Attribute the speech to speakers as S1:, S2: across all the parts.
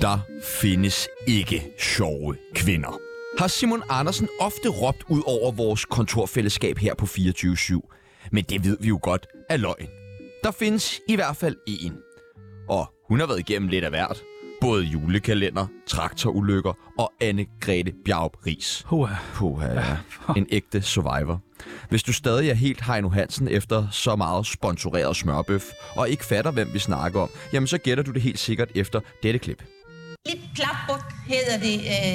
S1: Der findes ikke sjove kvinder. Har Simon Andersen ofte råbt ud over vores kontorfællesskab her på 24-7. Men det ved vi jo godt er løgn. Der findes i hvert fald en. Og hun har været igennem lidt af hvert. Både julekalender, traktorulykker og Anne-Grethe Bjarup Ries.
S2: Hoa.
S1: Puha, ja. En ægte survivor. Hvis du stadig er helt Heino Hansen efter så meget sponsoreret smørbøf, og ikke fatter, hvem vi snakker om, jamen så gætter du det helt sikkert efter dette klip.
S3: Klip klapbuk hedder det.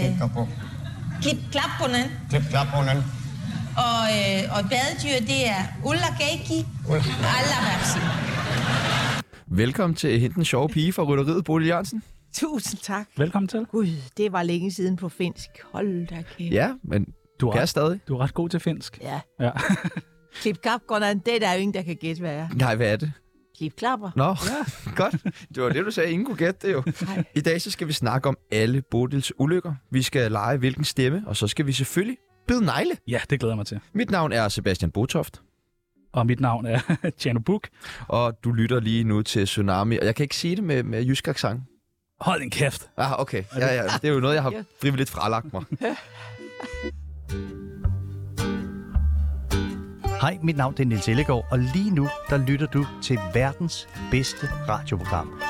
S3: Øh,
S4: Klapbuk.
S3: klip klapbunden.
S4: Klip, klap, bunden.
S3: Og, øh, og badedyr, det er ullagaki og allavapsi.
S1: Velkommen til hende den sjove pige fra Rytteriet, Bolig Jørgensen.
S5: Tusind tak.
S2: Velkommen til.
S5: Gud, det var længe siden på finsk. Hold da kæft.
S1: Ja, men
S2: Du
S1: du
S2: er
S1: kan
S2: ret.
S1: stadig.
S2: Du er ret god til finsk.
S5: Ja.
S2: Ja.
S5: Klip kap, godt nok, det er der jo ingen, der kan gætte, hvad jeg er.
S1: Nej, hvad er det?
S5: Klip klapper.
S1: Nå, ja. godt. Det var det, du sagde. Ingen kunne gætte det jo.
S5: Nej.
S1: I dag så skal vi snakke om alle Bodils ulykker. Vi skal lege hvilken stemme, og så skal vi selvfølgelig bide negle.
S2: ja, det glæder jeg mig til.
S1: Mit navn er Sebastian Botoft,
S2: Og mit navn er Tjerno Buk.
S1: og du lytter lige nu til Tsunami. Og jeg kan ikke sige det med, med jysk accent.
S2: Hold en kæft.
S1: Ah, okay. Ja, ja, det er jo noget, jeg har frivilligt fralagt mig.
S6: Hej, mit navn er Nils Ellegaard, og lige nu, der lytter du til verdens bedste radioprogram,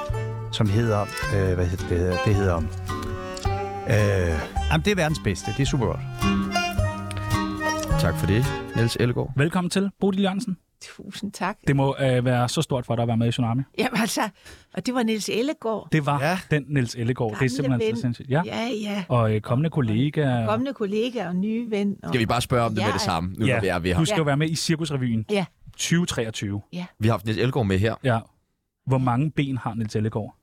S6: som hedder... Øh, hvad hedder det? hedder? Det hedder... Øh, jamen, det er verdens bedste. Det er super godt.
S1: Tak for det, Niels Ellegaard.
S2: Velkommen til, Bodil Jørgensen.
S5: Tusind tak.
S2: Det må øh, være så stort for dig at være med i Tsunami.
S5: Jamen altså, og det var Niels Ellegaard.
S2: Det var
S1: Ja.
S2: ja. den Niels Ellegaard. Det er
S5: Gamle
S2: simpelthen
S5: ven.
S2: så sindssygt. Ja. ja.
S5: Ja, ja.
S2: Og øh, kommende kollegaer.
S5: Kommende kollega og nye ven. Og...
S1: Skal vi bare spørge om det
S5: Ja.
S1: med det samme, nu når vi er ved
S2: ja.
S1: ham?
S2: Du skal jo være med i Cirkusrevyen
S5: Ja.
S2: 2023.
S1: Vi har haft Niels Ellegaard med her.
S2: Ja. Hvor mange ben har Niels Ellegaard?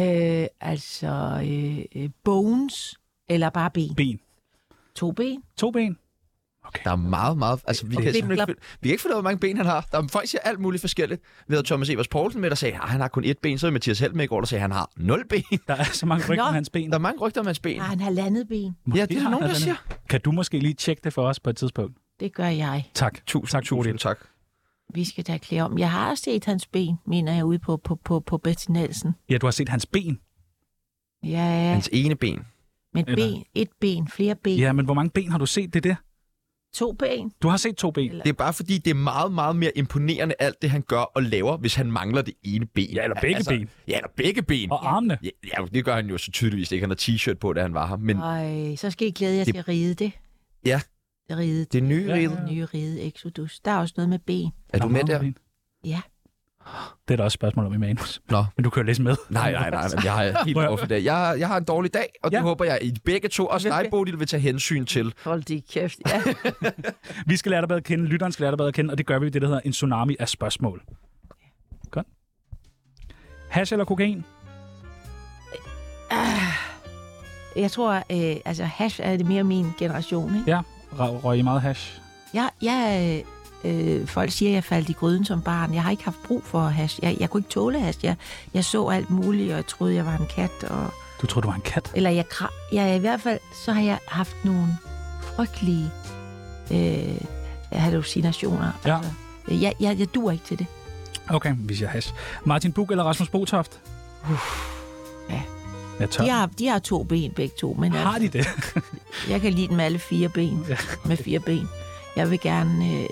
S5: Øh, altså, øh, øh, bones eller bare ben.
S2: Ben.
S5: To ben.
S2: To ben?
S1: Der er meget, meget... Altså, vi kan,
S5: lidt
S1: simpelthen
S5: klap.
S1: ikke, finde- vi kan ikke finde ud af, hvor mange ben han har. Der er folk siger alt muligt forskelligt. Vi havde Thomas Evers Poulsen med, der sagde, at han har kun ét ben. Så er Mathias Helm med i går, der sagde, at han har nul ben.
S2: Der er så mange rygter
S5: Nå.
S2: om hans ben.
S1: Der er mange rygter om hans ben.
S5: Har han halvandet ben?
S1: Ja, det er der
S2: Ah, har
S1: nogen,
S2: han
S1: der
S2: den.
S1: siger.
S2: Kan du måske lige tjekke det for os på et tidspunkt?
S5: Det gør jeg.
S2: Tak.
S1: Tusind,
S2: tak, Bodil.
S1: tusind tak.
S5: Vi skal da klæde om. Jeg har set hans ben, mener jeg, ude på, på, på, på Betty Nielsen.
S2: Ja, du har set hans ben.
S5: Ja,
S1: Hans ene ben.
S5: men ben, et ben, flere ben.
S2: Ja, men hvor mange ben har du set? Det er det.
S5: To ben.
S2: Du har set to ben.
S5: Eller-
S1: Det er bare fordi, det er meget, meget mere imponerende alt det, han gør og laver, hvis han mangler det ene ben. Altså,
S2: Ja, eller begge ben.
S1: Ja, eller begge ben.
S2: Altså, Og armene.
S1: Ja, ja, det gør han jo så tydeligvis ikke. Han har t-shirt på, da han var her. Men
S2: Ah.
S5: Ej, så skal I glæde jer
S1: Det-
S5: til at ride det.
S1: Ja.
S5: Ride det.
S1: det nye
S2: Ja.
S1: ja.
S5: Den nye ride Exodus. Der er også noget med ben.
S1: Er du
S2: Hvor
S1: med
S2: mange
S1: der?
S2: ben?
S5: Ja.
S2: Det er der også et spørgsmål om i manus.
S1: Nå.
S2: Men du kan jo læse med.
S1: Nej, nej, nej. nej. Jeg har helt
S2: Prøv at-
S1: offentlig dag. Jeg, jeg har en dårlig dag, og ja.
S2: Ja.
S1: det håber jeg, I begge to, også dig, Bodil, vil tage hensyn til.
S5: Hold de kæft, ja.
S2: Vi skal lære dig bedre at kende, lytteren skal lære dig bedre at kende, og det gør vi ved det, der hedder en tsunami af spørgsmål. Godt. Hash eller kokain?
S5: Jeg tror, øh, altså hash er det mere min generation, ikke?
S2: Ja. Røg, røg I meget hash?
S5: Jeg, jeg, øh, øh, folk siger, at jeg faldt i gryden som barn. Jeg har ikke haft brug for hash. Jeg, jeg kunne ikke tåle hash. Jeg, jeg så alt muligt, og jeg troede, jeg var en kat. Og,
S2: Du troede, du var en kat?
S5: eller jeg, kra- jeg, i hvert fald, så har jeg haft nogle frygtelige øh, hallucinationer.
S2: Ja.
S5: Altså, øh, jeg, jeg, jeg dur ikke til det.
S2: Okay, hvis jeg hash. Martin Buk eller Rasmus Botoft?
S5: ja.
S2: Jeg tør.
S5: De har, de har to ben begge to, men altså,
S2: Har de det?
S5: jeg kan lide dem alle fire ben.
S2: Ja.
S5: Med fire ben. Jeg vil gerne øh,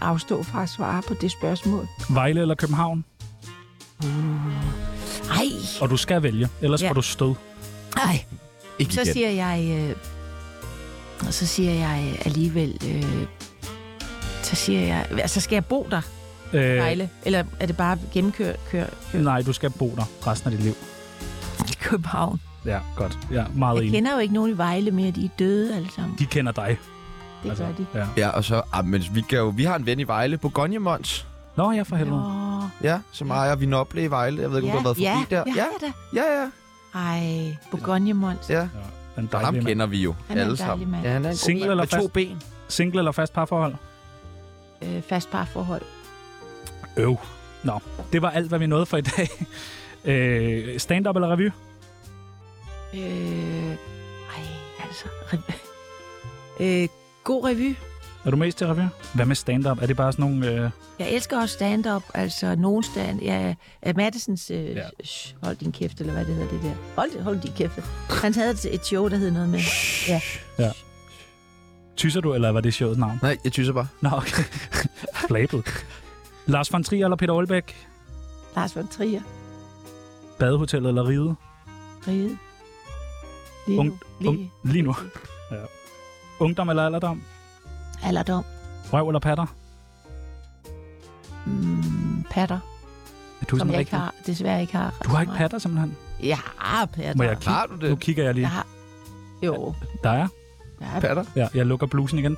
S5: afstå fra at svare på det spørgsmål.
S2: Vejle eller København?
S5: Ej,
S2: Og du skal vælge, ellers
S5: Ja.
S2: får du stød.
S5: ej.
S1: Ikke
S5: Så
S1: igen.
S5: siger jeg... Øh, og så siger jeg øh, alligevel... Øh, så siger jeg... Altså, skal jeg bo der,
S2: Øh,
S5: Vejle? Eller er det bare gennemkør kør, kør,
S2: Nej, du skal bo der resten af dit liv.
S5: i København?
S2: Ja, godt. Ja, meget
S5: Jeg
S2: enig.
S5: kender jo ikke nogen i Vejle mere. De er døde alle sammen.
S2: De kender dig. Altså,
S5: Det
S1: Altså,
S5: gør de.
S2: Ja.
S1: Ja, og så... Ah, men vi, kan jo, vi har en ven i Vejle, på Gonjemons.
S2: Nå, jeg for helvede.
S5: Nå,
S1: Ja, som ejer Vinople i Vejle. Jeg ved ikke, om du har været
S5: ja,
S1: forbi der.
S5: Ja,
S1: ja,
S5: jeg har da.
S1: ja, ja.
S5: Ej, Bourgogne Mons.
S1: ja.
S2: Ja, den
S1: Og ham
S2: dejlige mand.
S1: kender vi jo
S5: Han er en
S1: alle
S5: dejlig
S1: sammen.
S5: mand.
S1: Ja, han er en god
S2: Single
S1: mand
S2: eller
S1: med to
S2: fast?
S1: ben.
S2: Single eller fast parforhold?
S5: Øh, fast parforhold.
S2: Øv. Nå, det var alt, hvad vi nåede for i dag. Øh, stand-up eller revy?
S5: Øh, ej, altså. re- Øh, god revy.
S2: Er du mest til revyer? Hvad med stand-up? Er det bare sådan nogle... Øh...
S5: Jeg elsker også stand-up, altså nogen stand... Ja, øh, Mattesens... Øh,
S2: Ja.
S5: ja. Sh, hold din kæft, eller hvad det hedder det der. Hold, hold din kæft. Han havde et- et show, der hed noget med... Ja.
S2: Tyser du, eller var det sjovt navn?
S1: Nej, jeg tyser bare.
S2: Nå, okay. Flabet. Lars von Trier eller Peter Olbæk?
S5: Lars von Trier.
S2: Badehotellet eller Ride?
S5: Ride. Lige
S2: Ung-
S5: nu. Lige.
S2: Lige nu. Ja. Ungdom eller alderdom?
S5: Alderdom.
S2: Røv eller patter?
S5: Mm, patter.
S2: Er du
S5: Som
S2: sådan
S5: jeg ikke
S2: rigtig?
S5: har, desværre ikke har.
S2: Du har ikke
S5: ret
S2: patter, simpelthen?
S5: meget. Jeg har patter.
S2: Må jeg kigge?
S1: Har du det?
S2: Nu kigger jeg lige.
S5: Jeg har... Jo.
S2: Der er.
S5: Jeg har
S1: Patter?
S2: Ja, jeg lukker blusen igen.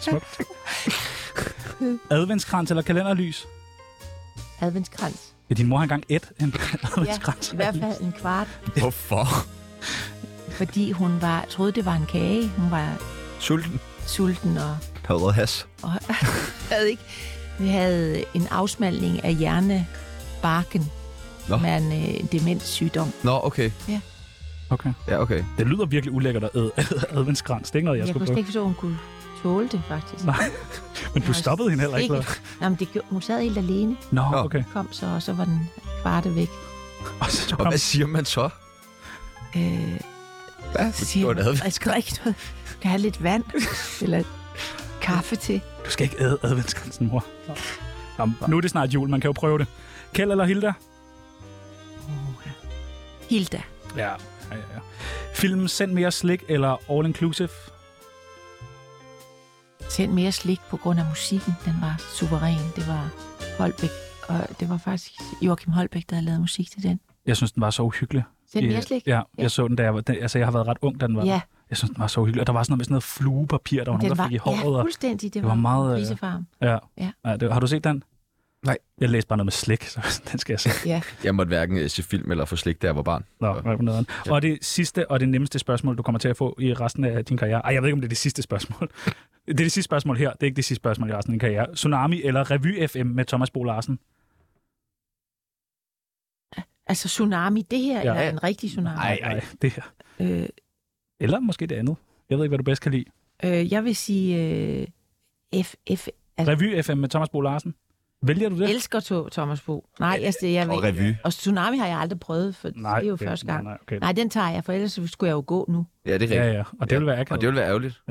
S2: Smukt. Adventskrans eller kalenderlys?
S5: adventskrans.
S2: Ja, din mor har engang et en adventskrans.
S5: I hvert fald en kvart,
S1: Hvorfor?
S5: fordi hun var, troede, det var en kage. Hun var
S1: Sulten.
S5: sulten og,
S1: Har du has?
S5: og havde ikke... Vi havde en afsmaldning af hjernebarken
S1: Nå.
S5: med en øh, demenssygdom.
S1: Nå, okay.
S2: Okay.
S1: Ja, okay.
S2: Det lyder virkelig ulækkert at æde adventskrans. Det er ikke noget, jeg, skulle
S5: Jeg, jeg kunne
S2: på.
S5: slet ikke forstå, at hun kunne tåle det, faktisk.
S2: Nej, Men du stoppede hende heller ikke.
S5: Ikke.
S2: eller
S5: Nå, men det gjorde, hun sad helt alene,
S2: hvad? Nå, okay.
S5: kom så, og så var den kvarte væk.
S2: Og så
S1: Og
S2: kom
S1: hvad siger man så?
S5: Øh,
S1: Hvad?
S5: så siger
S1: Det var en
S5: hun,
S1: adv-
S5: jeg skal drikke noget. Kan jeg have lidt vand eller kaffe til?
S2: Du skal ikke æde adventskransen, mor. Jamen, nu er det snart jul, man kan jo prøve det. Kjeld eller Hilda?
S5: Hilda.
S2: Ja. ja, ja, ja. Filmen Send mere slik eller All Inclusive?
S5: Send mere slik på grund af musikken. Den var suveræn. Det var Holbæk, og det var faktisk Joachim Holbæk, der havde lavet musik til den.
S2: Jeg synes, den var så uhyggelig.
S5: Send
S2: Ja,
S5: mere slik?
S2: Ja, jeg så den, da jeg var... Den, altså, jeg har været ret ung, da den var.
S5: Ja,
S2: Jeg synes, den var så uhyggelig. Og der var sådan noget med sådan noget fluepapir, der var nogen,
S5: den
S2: der
S5: var
S2: fik i håret.
S5: ja,
S2: og-
S5: fuldstændig. Det,
S2: det var meget, øh,
S5: Grisefarm.
S2: Ja.
S5: Ja.
S2: ja det, har du set den?
S1: Nej.
S2: Jeg læste bare noget med slik, så den skal jeg se.
S5: Ja.
S1: Jeg måtte hverken øh, se film eller få slik, da jeg var barn.
S2: Nå, hvad for noget andet. Og det sidste og det nemmeste spørgsmål, du kommer til at få i resten af din karriere. Ej, jeg ved ikke, om det er det sidste spørgsmål. Det er det sidste spørgsmål her. Det er ikke det sidste spørgsmål i resten af din karriere. Tsunami eller Revy FM med Thomas Bo Larsen?
S5: Altså tsunami, det her
S2: Ja.
S5: ja. eller en rigtig tsunami?
S2: Nej, nej, det her.
S5: Øh,
S2: Eller måske det andet. Jeg ved ikke, hvad du bedst kan lide.
S5: øh, jeg vil sige øh, F, F, altså,
S2: Revy FM med Thomas Bo Larsen. Vælger du det?
S5: elsker to, Thomas Bo. Nej, altså, jeg
S1: Og
S5: vil,
S1: revy.
S5: og tsunami har jeg aldrig prøvet, for nej, det er jo
S2: okay.
S5: første gang.
S2: Nej, okay.
S5: Nej, den tager jeg, for ellers skulle jeg jo gå nu.
S1: Ja, det er rigtigt.
S2: Ja, ja. Og det vil være
S1: Og
S2: akavet.
S1: det ville være ærgerligt.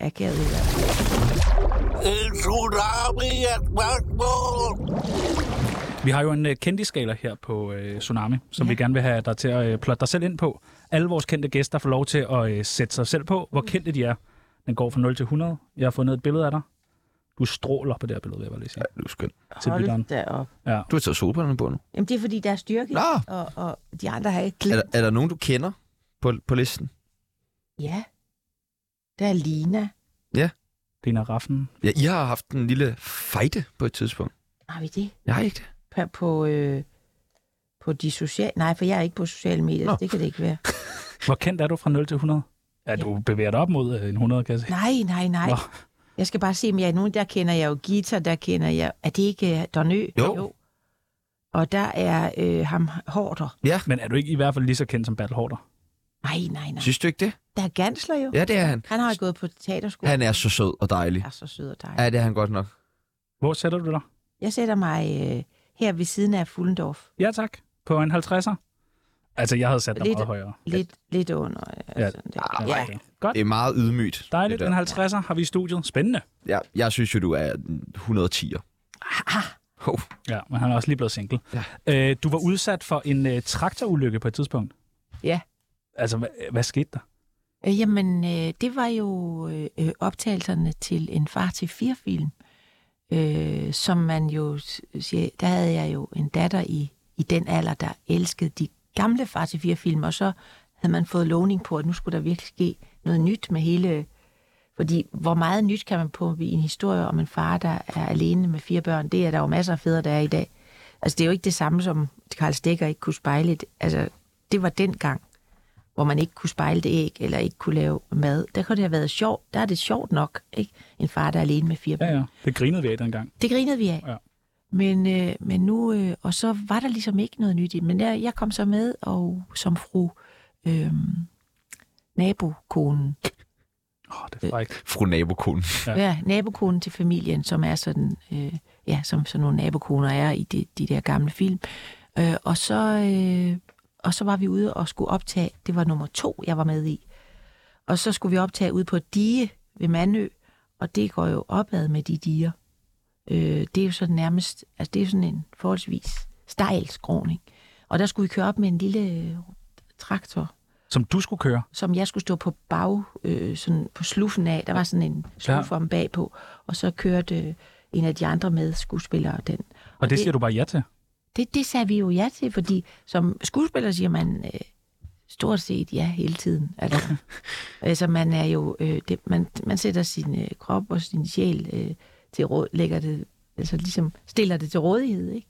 S5: Akavet i hvert fald.
S2: Vi har jo en øh, kendisskala her på øh, Tsunami, som ja. vi gerne vil have dig til at øh, plotte dig selv ind på. Alle vores kendte gæster får lov til at øh, sætte sig selv på, hvor kendte de er. Den går fra 0 til 100. Jeg har fundet et billede af dig. Du stråler på det her billede, vil jeg bare lige sige.
S1: Ja, du er skøn.
S2: Til lytteren.
S5: Hold da op.
S1: Du har taget solbrillerne på nu.
S5: Jamen, det er fordi, der er styrke,
S1: Nå!
S5: og, og de andre har ikke
S1: Er
S5: glemt.
S1: der, er der nogen, du kender på, på listen?
S5: Ja. Der er Lina.
S2: Lina Raffen.
S1: Ja, I har haft en lille fejde på et tidspunkt.
S5: Har vi det?
S1: Jeg har ikke det.
S5: På, på, øh, på de sociale... Nej, for jeg er ikke på sociale medier,
S1: Nå.
S5: så det kan det ikke være.
S2: Hvor kendt er du fra 0 til 100? Ja, du bevæger dig op mod øh, en 100, kan jeg se.
S5: Nej, nej, nej.
S2: Nå.
S5: Nå. Jeg skal bare se, om jeg er nogen. Der kender jeg jo Gita, der kender jeg... Er det ikke øh, Donø?
S1: Jo.
S5: Og der er øh, ham Hårder.
S2: Men er du ikke i hvert fald lige så kendt som Battle Hårder?
S5: Nej, nej, nej.
S1: Synes du ikke det?
S5: Der er Gansler jo. Ja.
S1: Ja, det er han.
S5: Han har jo gået på teaterskole.
S1: Han er så sød og dejlig.
S5: Han er så sød og dejlig.
S1: Ja, det er han godt nok.
S2: Hvor sætter du dig?
S5: Jeg sætter mig øh, her ved siden af Fullendorf.
S2: Ja tak. På en 50'er? Altså, jeg havde sat dig
S5: Lidt-
S2: meget højere.
S5: Lidt, lidt under. Ja.
S2: Ja.
S5: Sådan der.
S1: Ah,
S5: ja.
S2: okay. Godt.
S1: Det er meget ydmygt.
S2: Dejligt.
S1: det
S2: En
S1: der.
S2: 50'er har vi i studiet. Spændende.
S1: Ja, jeg synes jo, du er 110'er.
S5: Ah,
S1: Oh,
S2: Ja, men han er også lige blevet single.
S1: Ja.
S2: Øh, du var udsat for en øh, traktorulykke på et tidspunkt.
S5: Ja.
S2: Altså, hvad, hvad skete der?
S5: Øh, Jamen, øh, det var jo øh, øh, optagelserne til en far til fire film, øh, som man jo s- siger, der havde jeg jo en datter i, i den alder, der elskede de gamle far til fire film, og så havde man fået lovning på, at nu skulle der virkelig ske noget nyt med hele, fordi hvor meget nyt kan man pumpe i en historie om en far, der er alene med fire børn, det er der jo masser af fædre, der er i dag. Altså, det er jo ikke det samme, som Karl Stikker ikke kunne spejle. et- Altså, det var dengang hvor man ikke kunne spejle det æg, eller ikke kunne lave mad. Der kunne det have været sjovt. Der er det sjovt nok, ikke? En far, der er alene med fire børn.
S2: Ja, ja. Det grinede vi af dengang.
S5: Det grinede vi af.
S2: Ja.
S5: Men, øh, men nu, øh, og så var der ligesom ikke noget nyt i det. Men jeg, jeg kom så med, og som fru øh, øhm, nabokonen.
S2: Åh, det er frækt.
S1: Fru nabokonen.
S2: Ja.
S5: Ja. ja, nabokonen til familien, som er sådan, øh, ja, som sådan nogle nabokoner er i de, de der gamle film. Øh, og, så, øh, og så var vi ude og skulle optage, det var nummer to, jeg var med i. Og så skulle vi optage ude på et dige ved Mandø, og det går jo opad med de diger. Øh, det er jo sådan nærmest, altså det er sådan en forholdsvis stejl skråning. Og der skulle vi køre op med en lille øh, traktor,
S2: Som du skulle køre.
S5: som jeg skulle stå på bag, øh, sådan på sluffen af. Der var sådan en sluf
S2: Ja.
S5: om bagpå, og så kørte øh, en af de andre med skuespillere den.
S2: Og det, det siger du bare ja til.
S5: Det, det sagde vi jo ja til, fordi som skuespiller siger man øh, stort set ja hele tiden. Altså, altså man er jo, øh, det, man, man sætter sin øh, krop og sin sjæl øh, til råd, lægger det, altså ligesom stiller det til rådighed, ikke?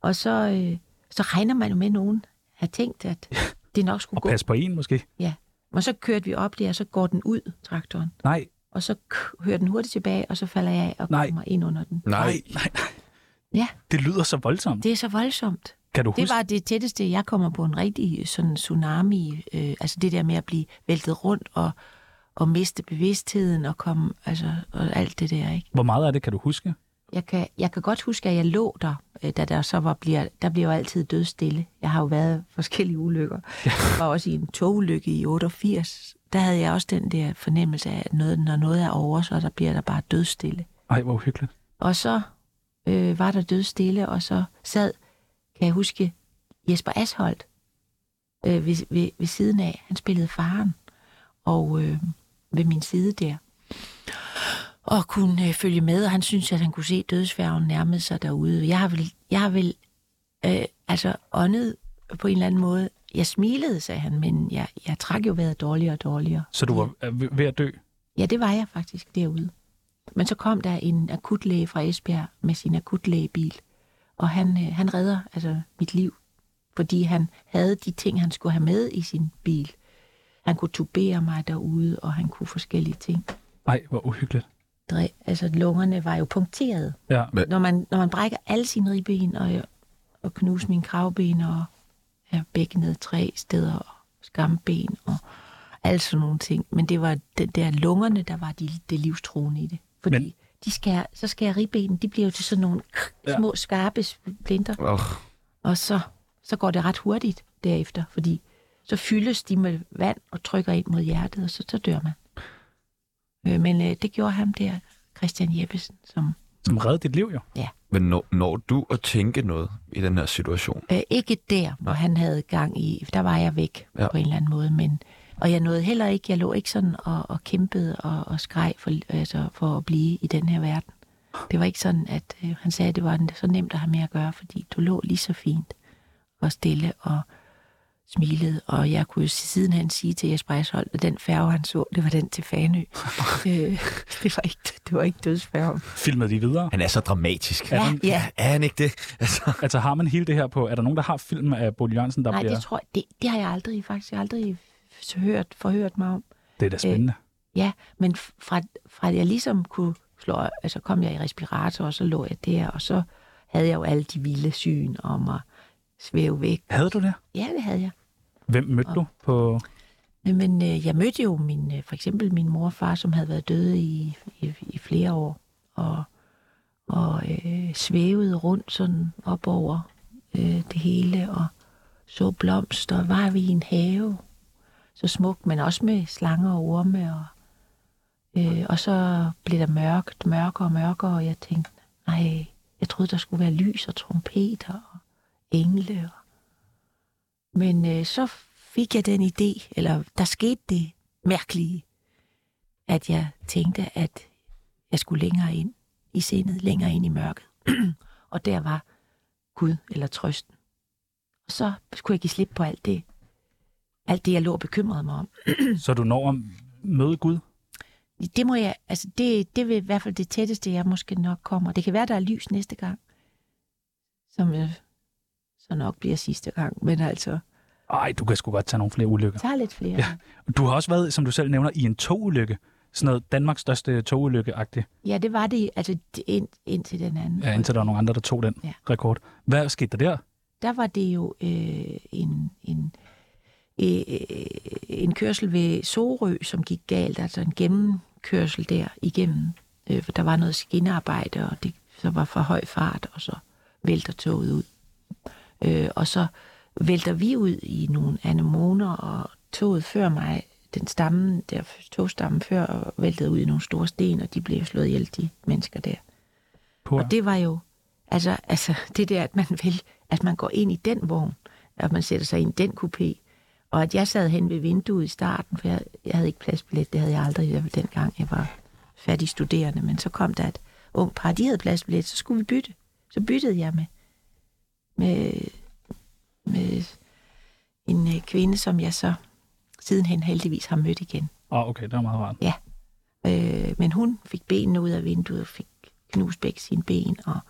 S5: Og så, øh, så regner man jo med, at nogen har tænkt, at det nok skulle
S2: Og
S5: gå.
S2: pas på en måske.
S5: Ja. Og så kørte vi op der, og så går den ud, traktoren.
S2: Nej,
S5: Og så k- hører den hurtigt tilbage, og så falder jeg af og
S2: Nej.
S5: kommer ind under den.
S1: Nej.
S2: nej, nej, nej.
S5: Ja,
S2: Det lyder så voldsomt.
S5: det er så voldsomt.
S2: Kan du
S5: Det
S2: huske?
S5: var det tætteste, jeg kommer på en rigtig sådan tsunami. Øh, altså det der med at blive væltet rundt og, og miste bevidstheden og komme, altså og alt det der, ikke?
S2: Hvor meget af det kan du huske?
S5: Jeg kan, jeg kan godt huske, at jeg lå der, øh, da der så var, bliver, der bliver jo altid dødstille. Jeg har jo været i forskellige ulykker. Jeg var også i en togulykke i 88. Der havde jeg også den der fornemmelse af, at noget, når noget er over, så der bliver der bare dødstille.
S2: Ej, hvor hyggeligt.
S5: Og så øh, var der dødstille, og så sad, kan jeg huske, Jesper Asholdt øh, ved, ved, ved siden af. Han spillede faren og øh, ved min side der. Og kunne øh, følge med, og han syntes, at han kunne se dødsfærgen nærme sig derude. Jeg har vel, jeg har vel øh, altså åndet på en eller anden måde. Jeg smilede, sagde han, men jeg, jeg trak jo vejret dårligere og dårligere.
S2: Så du var øh, ved at dø?
S5: Ja, det var jeg faktisk derude. Men så kom der en akutlæge fra Esbjerg med sin akutlægebil, og han, øh, han redder altså mit liv, fordi han havde de ting, han skulle have med i sin bil. Han kunne tubere mig derude, og han kunne forskellige ting.
S2: Ej, hvor uhyggeligt.
S5: Dre, altså, lungerne var jo punkteret.
S2: Ja.
S1: Men-
S5: Når man, når man brækker alle sine ribben og, og knuser mine kravben og ja, bækkenet tre steder og skamben og alle sådan nogle ting. Men det var det der lungerne, der var de, det livstruende i det. Fordi
S2: Men-
S5: Men... de skærer, så skærer ribbenen, de bliver jo til sådan nogle
S2: Ja.
S5: ja. små skarpe splinter.
S1: Oh.
S5: Og så, så går det ret hurtigt derefter, fordi så fyldes de med vand og trykker ind mod hjertet, og så, så dør man. Øh, Men øh, det gjorde ham der, Christian Jeppesen, som
S2: Som reddede dit liv, jo.
S1: Men når, når du at tænke noget i den her situation?
S5: Øh, ikke der, hvor han havde gang i. Der var jeg væk
S1: Ja.
S5: ja. på en eller anden måde. Men, og jeg nåede heller ikke, jeg lå ikke sådan og, og kæmpede og, og skreg for, altså, for at blive i den her verden. Det var ikke sådan, at øh, han sagde, at det var så nemt at have med at gøre, fordi du lå lige så fint og stille og smilede, og jeg kunne jo sidenhen sige til Jesper Eshold, at den færge, han så, det var den til Fanø. øh, det, var ikke, det var ikke dødsfærgen.
S2: Filmede de videre?
S1: Han er så dramatisk.
S5: Ja, ja.
S1: Er han ikke det? Altså,
S2: Altså har man hele det her på, er der nogen, der har film af Bodil Jørgensen, der
S5: Nej,
S2: bliver...
S5: det tror jeg, det, det har jeg aldrig faktisk jeg har aldrig hørt, forhørt mig om.
S2: Det er da
S5: Øh.
S2: spændende.
S5: Ja, men f- fra, fra jeg ligesom kunne slå, altså kom jeg i respirator, og så lå jeg der, og så havde jeg jo alle de vilde syn om at svæve væk.
S2: Havde du det?
S5: Ja, det havde jeg.
S2: Hvem mødte du på...
S5: Men øh, jeg mødte jo min, øh, for eksempel min mor og far, som havde været døde i, i, i flere år, og, og øh, svævede rundt sådan op over øh, det hele, og så blomster, var vi i en have, så smukt, men også med slanger og orme, og, øh, og så blev der mørkt, mørkere og mørkere, og jeg tænkte, nej, jeg troede, der skulle være lys og trompeter og engle og men øh, så fik jeg den idé, eller der skete det mærkelige, at jeg tænkte, at jeg skulle længere ind i sindet, længere ind i mørket. og der var Gud eller trøsten. Og så skulle jeg give slip på alt det, alt det, jeg lå og bekymrede mig om.
S2: Så du når at møde Gud?
S5: Det må jeg, altså det, det vil i hvert fald det tætteste, jeg måske nok kommer. Det kan være, der er lys næste gang, som øh, så nok bliver sidste gang, men altså,
S2: Ej, du kan sgu godt tage nogle flere ulykker.
S5: tager lidt flere.
S2: Ja. Du har også været, som du selv nævner, i en togulykke. Sådan noget Danmarks største togulykke-agtigt.
S5: Ja, det var det, altså det- ind, indtil den anden.
S2: Ja, indtil der var nogle andre, der tog den
S5: Ja.
S2: rekord. Hvad skete der der?
S5: Der var det jo øh, en, en, øh, en kørsel ved Sorø, som gik galt, altså en gennemkørsel der igennem, øh, for der var noget skinnearbejde, og det så var for høj fart, og så vælter toget ud. Øh, og så vælter vi ud i nogle anemoner, og toget før mig, den stamme, der togstammen før, og væltede ud i nogle store sten, og de blev slået ihjel, de mennesker der.
S2: På,
S5: Og det var jo, altså, altså det der, at man vil, at man går ind i den vogn, at man sætter sig i den kupé, og at jeg sad hen ved vinduet i starten, for jeg, jeg havde ikke pladsbillet, det havde jeg aldrig i hvert fald dengang, jeg var fattig studerende, men så kom der et ung par, de havde pladsbillet, så skulle vi bytte. Så byttede jeg med, med, med en øh, kvinde, som jeg så sidenhen heldigvis har mødt igen.
S2: Ah, okay, det var meget rart.
S5: Øh, men hun fik benene ud af vinduet og fik knust begge sine ben. Og,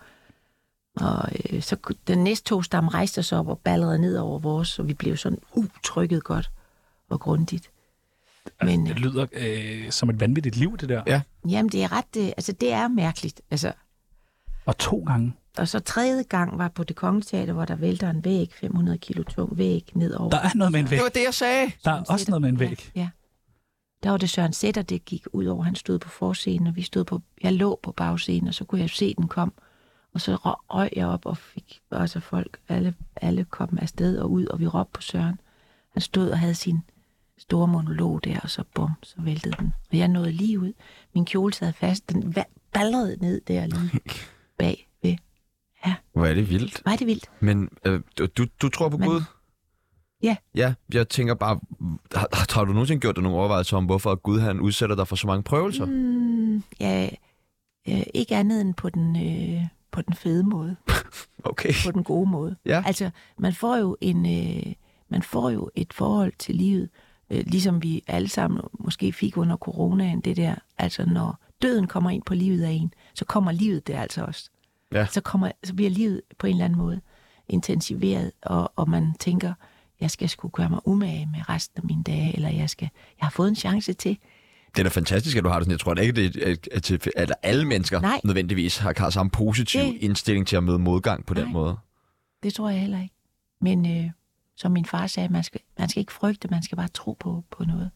S5: og øh, så ku- den næste togstamme rejste sig op og ballerede ned over vores, og vi blev sådan utrykket godt og grundigt.
S2: Altså,
S5: Men
S2: det lyder øh, som et vanvittigt liv, det der.
S1: Ja.
S5: jamen, det er ret, øh, altså det er mærkeligt. Altså,
S2: Og to gange.
S5: og så tredje gang var på det kongelige teater, hvor der vælter en væg, 500 kilo tung væg, ned over.
S2: Der er noget med en væg.
S1: Det var det, jeg sagde.
S2: Der er også noget med en væg.
S5: Ja. ja. Der var det Søren Sætter, det gik ud over. Han stod på forscenen, og vi stod på, jeg lå på bagscenen, og så kunne jeg se, den kom. Og så rø- røg jeg op og fik altså folk, alle, alle kom afsted og ud, og vi råbte på Søren. Han stod og havde sin store monolog der, og så bum, så væltede den. Og jeg nåede lige ud. Min kjole sad fast. Den va- ballerede ned der lige bag ved.
S1: Hvor er det vildt.
S5: Var det vildt?
S1: Men øh, du- du, du tror på
S5: Men-
S1: Gud?
S5: Ja.
S1: Ja, jeg tænker bare, har, har du nogensinde gjort dig nogle overvejelser om, hvorfor Gud han udsætter dig for så mange prøvelser? Mm.
S5: Mm, ja, øh, ikke andet end på den, øh, på den fede måde.
S1: Okay.
S5: på den gode måde.
S1: Ja.
S5: Altså, man får jo en, øh, man får jo et forhold til livet, øh, ligesom vi alle sammen måske fik under coronaen, det der, altså når døden kommer ind på livet af en, så kommer livet der altså også.
S1: Ja.
S5: Så, kommer, så bliver livet på en eller anden måde intensiveret, og, og man tænker, jeg skal sgu gøre mig umage med resten af mine dage, eller jeg skal, jeg har fået en chance til.
S1: Det er da fantastisk, at du har det sådan. Jeg tror da ikke, det er, at, at, at, at alle mennesker
S5: Nej.
S1: nødvendigvis har, har samme positiv
S5: Det-
S1: indstilling til at møde modgang på den
S5: Nej.
S1: måde.
S5: Det tror jeg heller ikke. Men øh, som min far sagde, man skal, man skal ikke frygte, man skal bare tro på, på noget.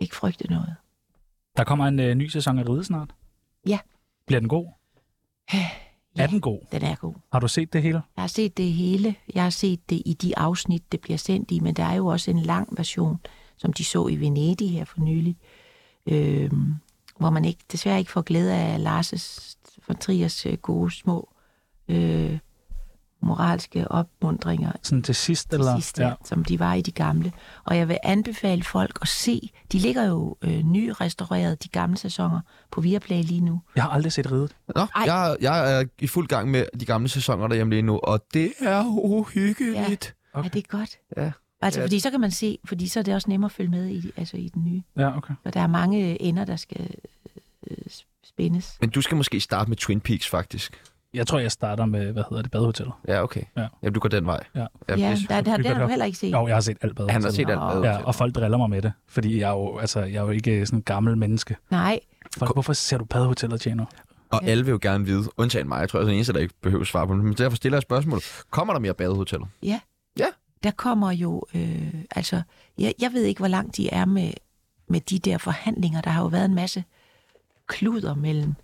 S5: Ikke frygte noget.
S2: Der kommer en øh, ny sæson af Ride snart.
S5: Ja. Øh,
S2: Bliver den god? Er den god?
S5: Den er god.
S2: Har du set det hele?
S5: Jeg har set det hele. Jeg har set det i de afsnit, det bliver sendt i, men der er jo også en lang version, som de så i Venedig her for nylig, øh, hvor man ikke, desværre ikke får glæde af Lars' von Triers øh, gode små øh, moralske opmundringer
S2: Sådan til sidst?
S5: til
S2: eller?
S5: sidst, ja. som de var i de gamle. Og jeg vil anbefale folk at se, de ligger jo øh, nyrestaureret, de gamle sæsoner, på Viaplay lige nu.
S2: Jeg har aldrig set Ridet.
S1: Nå,
S5: Ej.
S1: jeg, jeg er i fuld gang med de gamle sæsoner derhjemme lige nu, og det er uhyggeligt.
S5: Okay. Er det godt?
S1: Ja.
S5: Altså,
S1: Ja.
S5: fordi så kan man se, fordi så er det også nemmere at følge med i, altså i den nye.
S2: Ja, okay.
S5: For der er mange øh, ender, der skal øh, spændes.
S1: Men du skal måske starte med Twin Peaks, faktisk.
S2: Jeg tror, jeg starter med, hvad hedder det, badehotellet.
S1: Ja, okay.
S2: Ja.
S1: Jamen, du går den vej.
S2: Ja.
S5: Ja,
S1: det-
S2: bygger
S5: der, der, den har
S2: det
S5: du
S2: op.
S5: heller ikke set.
S2: Jo, jeg har set alt badehotellet.
S1: Han har set alt
S5: Nå.
S1: med.
S2: Ja, og folk driller mig med det, fordi jeg er jo, altså, jeg er jo ikke sådan en gammel menneske.
S5: Nej,
S2: Folk, hvorfor ser du badehotellet, Tjener?
S1: Og alle vil jo gerne vide, undtagen mig, jeg tror, jeg er den eneste, der ikke behøver at svare på det. Men derfor stiller jeg spørgsmålet. Kommer der mere badehoteller?
S5: ja.
S1: Ja.
S5: Der kommer jo, øh, altså, jeg, jeg ved ikke, hvor langt de er med, med de der forhandlinger. Der har jo været en masse kluder mellem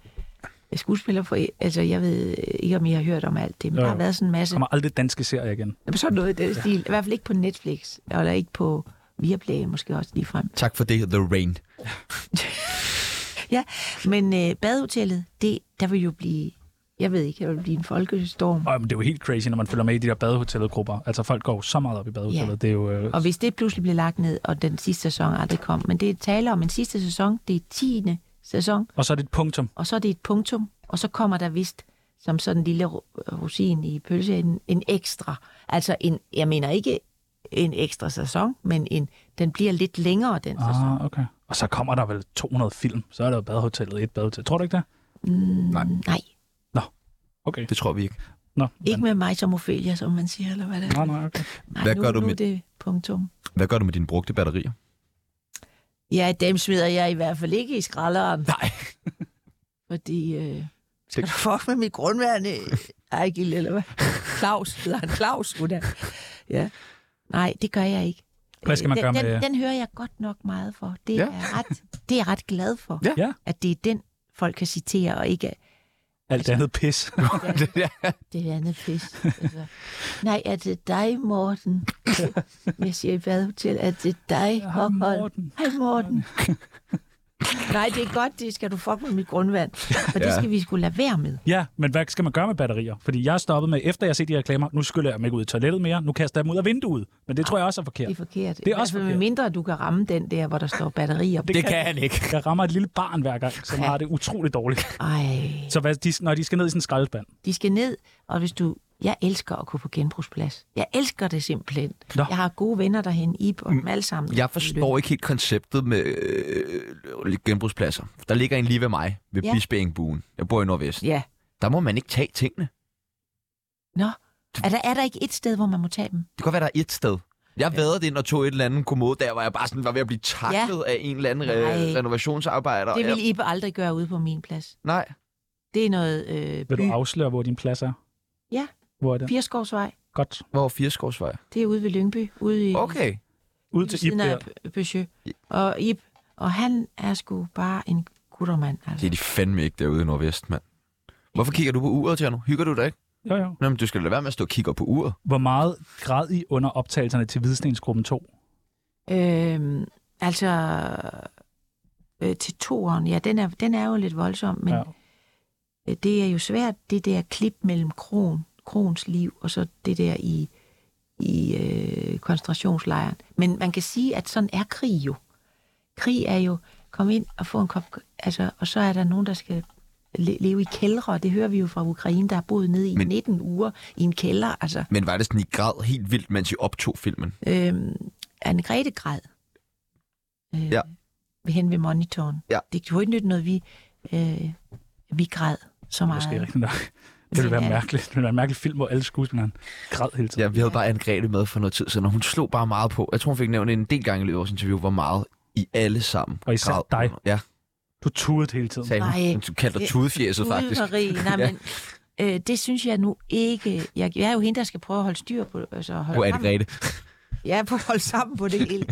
S5: skuespillere for, altså jeg ved ikke, om I har hørt om alt det, men
S2: Jo,
S5: der
S2: jo.
S5: har været sådan en masse
S2: Kommer aldrig danske serier igen.
S5: Jamen, sådan noget i den stil. I hvert fald ikke på Netflix, eller ikke på Viaplay måske også lige frem.
S1: Tak for det, The Rain.
S5: Ja, men øh, badehotellet, det, der vil jo blive, jeg ved ikke, der vil blive en folkestorm.
S2: Og, men det er jo helt crazy, når man følger med i de der badehotellet-grupper. Altså, folk går jo så meget op i badehotellet.
S5: Ja.
S2: Det er jo... Øh,
S5: Og hvis det pludselig bliver lagt ned, og den sidste sæson aldrig kom, men det er tale om en sidste sæson, det er 10. sæson,
S2: og så er det et punktum.
S5: og så er det et punktum, og så kommer der vist som sådan en lille ro- rosin i pølseenden, en ekstra. Altså, en, jeg mener ikke en ekstra sæson, men en, den bliver lidt længere, den sæson.
S2: Ah, okay. Og så kommer der vel 200 film. Så er der jo badehotellet, et badehotel. Tror du ikke det?
S1: Nej,
S5: Mm, Nej,
S2: Okay.
S1: det tror vi ikke.
S2: Nå,
S5: ikke med mig som Ophelia, som man siger, eller hvad det er.
S2: Nej, nej, okay.
S5: Nej,
S1: Hvad
S5: nu,
S1: gør du
S5: nu
S1: med-
S5: er det punktum.
S1: Hvad gør du med dine brugte batterier?
S5: Ja, dem smider jeg i hvert fald ikke i skralderen,
S1: Nej.
S5: fordi... Øh, skal du fuck med mit grundværende? Ej, Gil, eller hvad? Claus, hedder han Claus, Uda. Ja. Nej, det gør jeg ikke. Øh,
S2: Hvad skal man
S5: den,
S2: gøre med-
S5: den, den hører jeg godt nok meget for. Det,
S1: Ja.
S5: ja. er jeg ret, det er jeg ret glad for,
S1: Ja.
S2: Ja.
S5: at det er den, folk kan citere, og ikke
S2: Alt det andet pis.
S5: det andet pis. Altså. Nej, er det dig, Morten? Jeg siger i badehotel, er det dig,
S2: Hej,
S5: Håkon?
S2: Morten.
S5: Hej, Morten. Nej, det er godt, det skal du fuck med mit grundvand. Og det
S1: Ja.
S5: skal vi skulle lade være med.
S2: Ja, men hvad skal man gøre med batterier? Fordi jeg er stoppet med, efter jeg har set de reklamer, nu skyller jeg mig ikke ud i toilettet mere, nu kaster jeg dem ud af vinduet. Men det tror jeg også er forkert.
S5: Det er forkert.
S2: Det er også
S5: altså,
S2: forkert.
S5: Med mindre du kan ramme den der, hvor der står batterier. Det...
S1: Det kan han ikke.
S2: Jeg rammer et lille barn hver gang, som
S5: Ja.
S2: har det utroligt dårligt.
S5: Ej,
S2: Så hvad, de, når de skal ned i sådan en skraldespand.
S5: de skal ned, og hvis du... Jeg elsker at gå på genbrugsplads. Jeg elsker det simpelthen.
S2: Nå.
S5: Nå. Jeg har gode venner derhen, Ib og dem alle sammen.
S1: Jeg forstår ikke helt konceptet med øh, genbrugspladser. Der ligger en lige ved mig, ved ja.
S5: Ja.
S1: Bispeengbuen. Jeg bor i Nordvest.
S5: Ja.
S1: Der må man ikke tage tingene.
S5: Nå, er der, er der ikke et sted, hvor man må tage dem?
S1: Det kan godt være, der er et sted. Jeg ja. det ind og tog et eller andet kommode der, hvor jeg bare sådan var ved at blive taklet ja. af en eller anden re-
S5: Nej.
S1: renovationsarbejder.
S5: Det
S1: jeg,
S5: ville Ibe aldrig gøre ude på min plads.
S1: nej,
S5: Det er noget øh,
S2: Vil
S5: by.
S2: du afsløre, hvor din plads er?
S5: Ja.
S2: Hvor er den?
S5: Pirskovsvej.
S2: Godt.
S1: hvor var Fireskovsvej?
S5: Det er ude ved Lyngby. Ude i
S1: Okay.
S2: Ud
S5: til
S2: til Ip
S5: siden
S2: der.
S5: af Bøsjø. Og Ib. Og han er sgu bare en guttermand.
S1: Det
S5: Altså.
S1: er de fandme ikke derude i Nordvest, mand. Hvorfor kigger du på uret, Tjerno? Hygger du dig ikke?
S2: Jo, jo.
S1: Nå, men du skal lade være med at stå og kigge op på uret.
S2: Hvor meget græd I under optagelserne til Hvidstensgruppen 2?
S5: Øhm, altså, øh, til toeren, ja, den er, den er jo lidt voldsom, men
S2: Ja.
S5: ja. øh, det er jo svært, det der klip mellem kron, krons liv, og så det der i, i øh, koncentrationslejren. Men man kan sige, at sådan er krig jo. Krig er jo, kom ind og få en kop, altså, og så er der nogen, der skal le- leve i kældre, og det hører vi jo fra Ukraine, der har boet nede i
S1: Men-
S5: men... 19 uger i en kælder, altså.
S1: Men var det sådan, I græd helt vildt, mens I optog filmen?
S5: Øhm, Anne-Grethe græd. Øh,
S1: Ja.
S5: ved- Hen ved monitoren.
S1: Ja.
S5: Det gjorde ikke nytte noget, vi, øh, vi græd så
S2: Det er måske
S5: meget.
S2: rigtigt nok. Det ville være
S5: Ja.
S2: mærkeligt. Det ville være en mærkelig film, hvor alle skuespillerne græd hele tiden.
S1: Ja, vi havde bare Anne-Grethe med for noget tid siden, og hun slog bare meget på. Jeg tror, hun fik nævnt en del gange i løbet af vores interview, hvor meget I alle sammen
S2: Og især
S1: græd.
S2: dig.
S1: Ja,
S2: Du tudede hele tiden.
S1: sagde
S5: Nej.
S1: hun. Hun kaldte dig tudefjæset,
S5: Gud,
S1: faktisk.
S5: Marie, nej,
S1: Ja.
S5: men, øh, det synes jeg nu ikke. Jeg, jeg er jo hende, der skal prøve at holde styr på, altså holde
S1: På
S5: sammen.
S1: Anne-Grethe.
S5: Ja, på at holde sammen på det hele.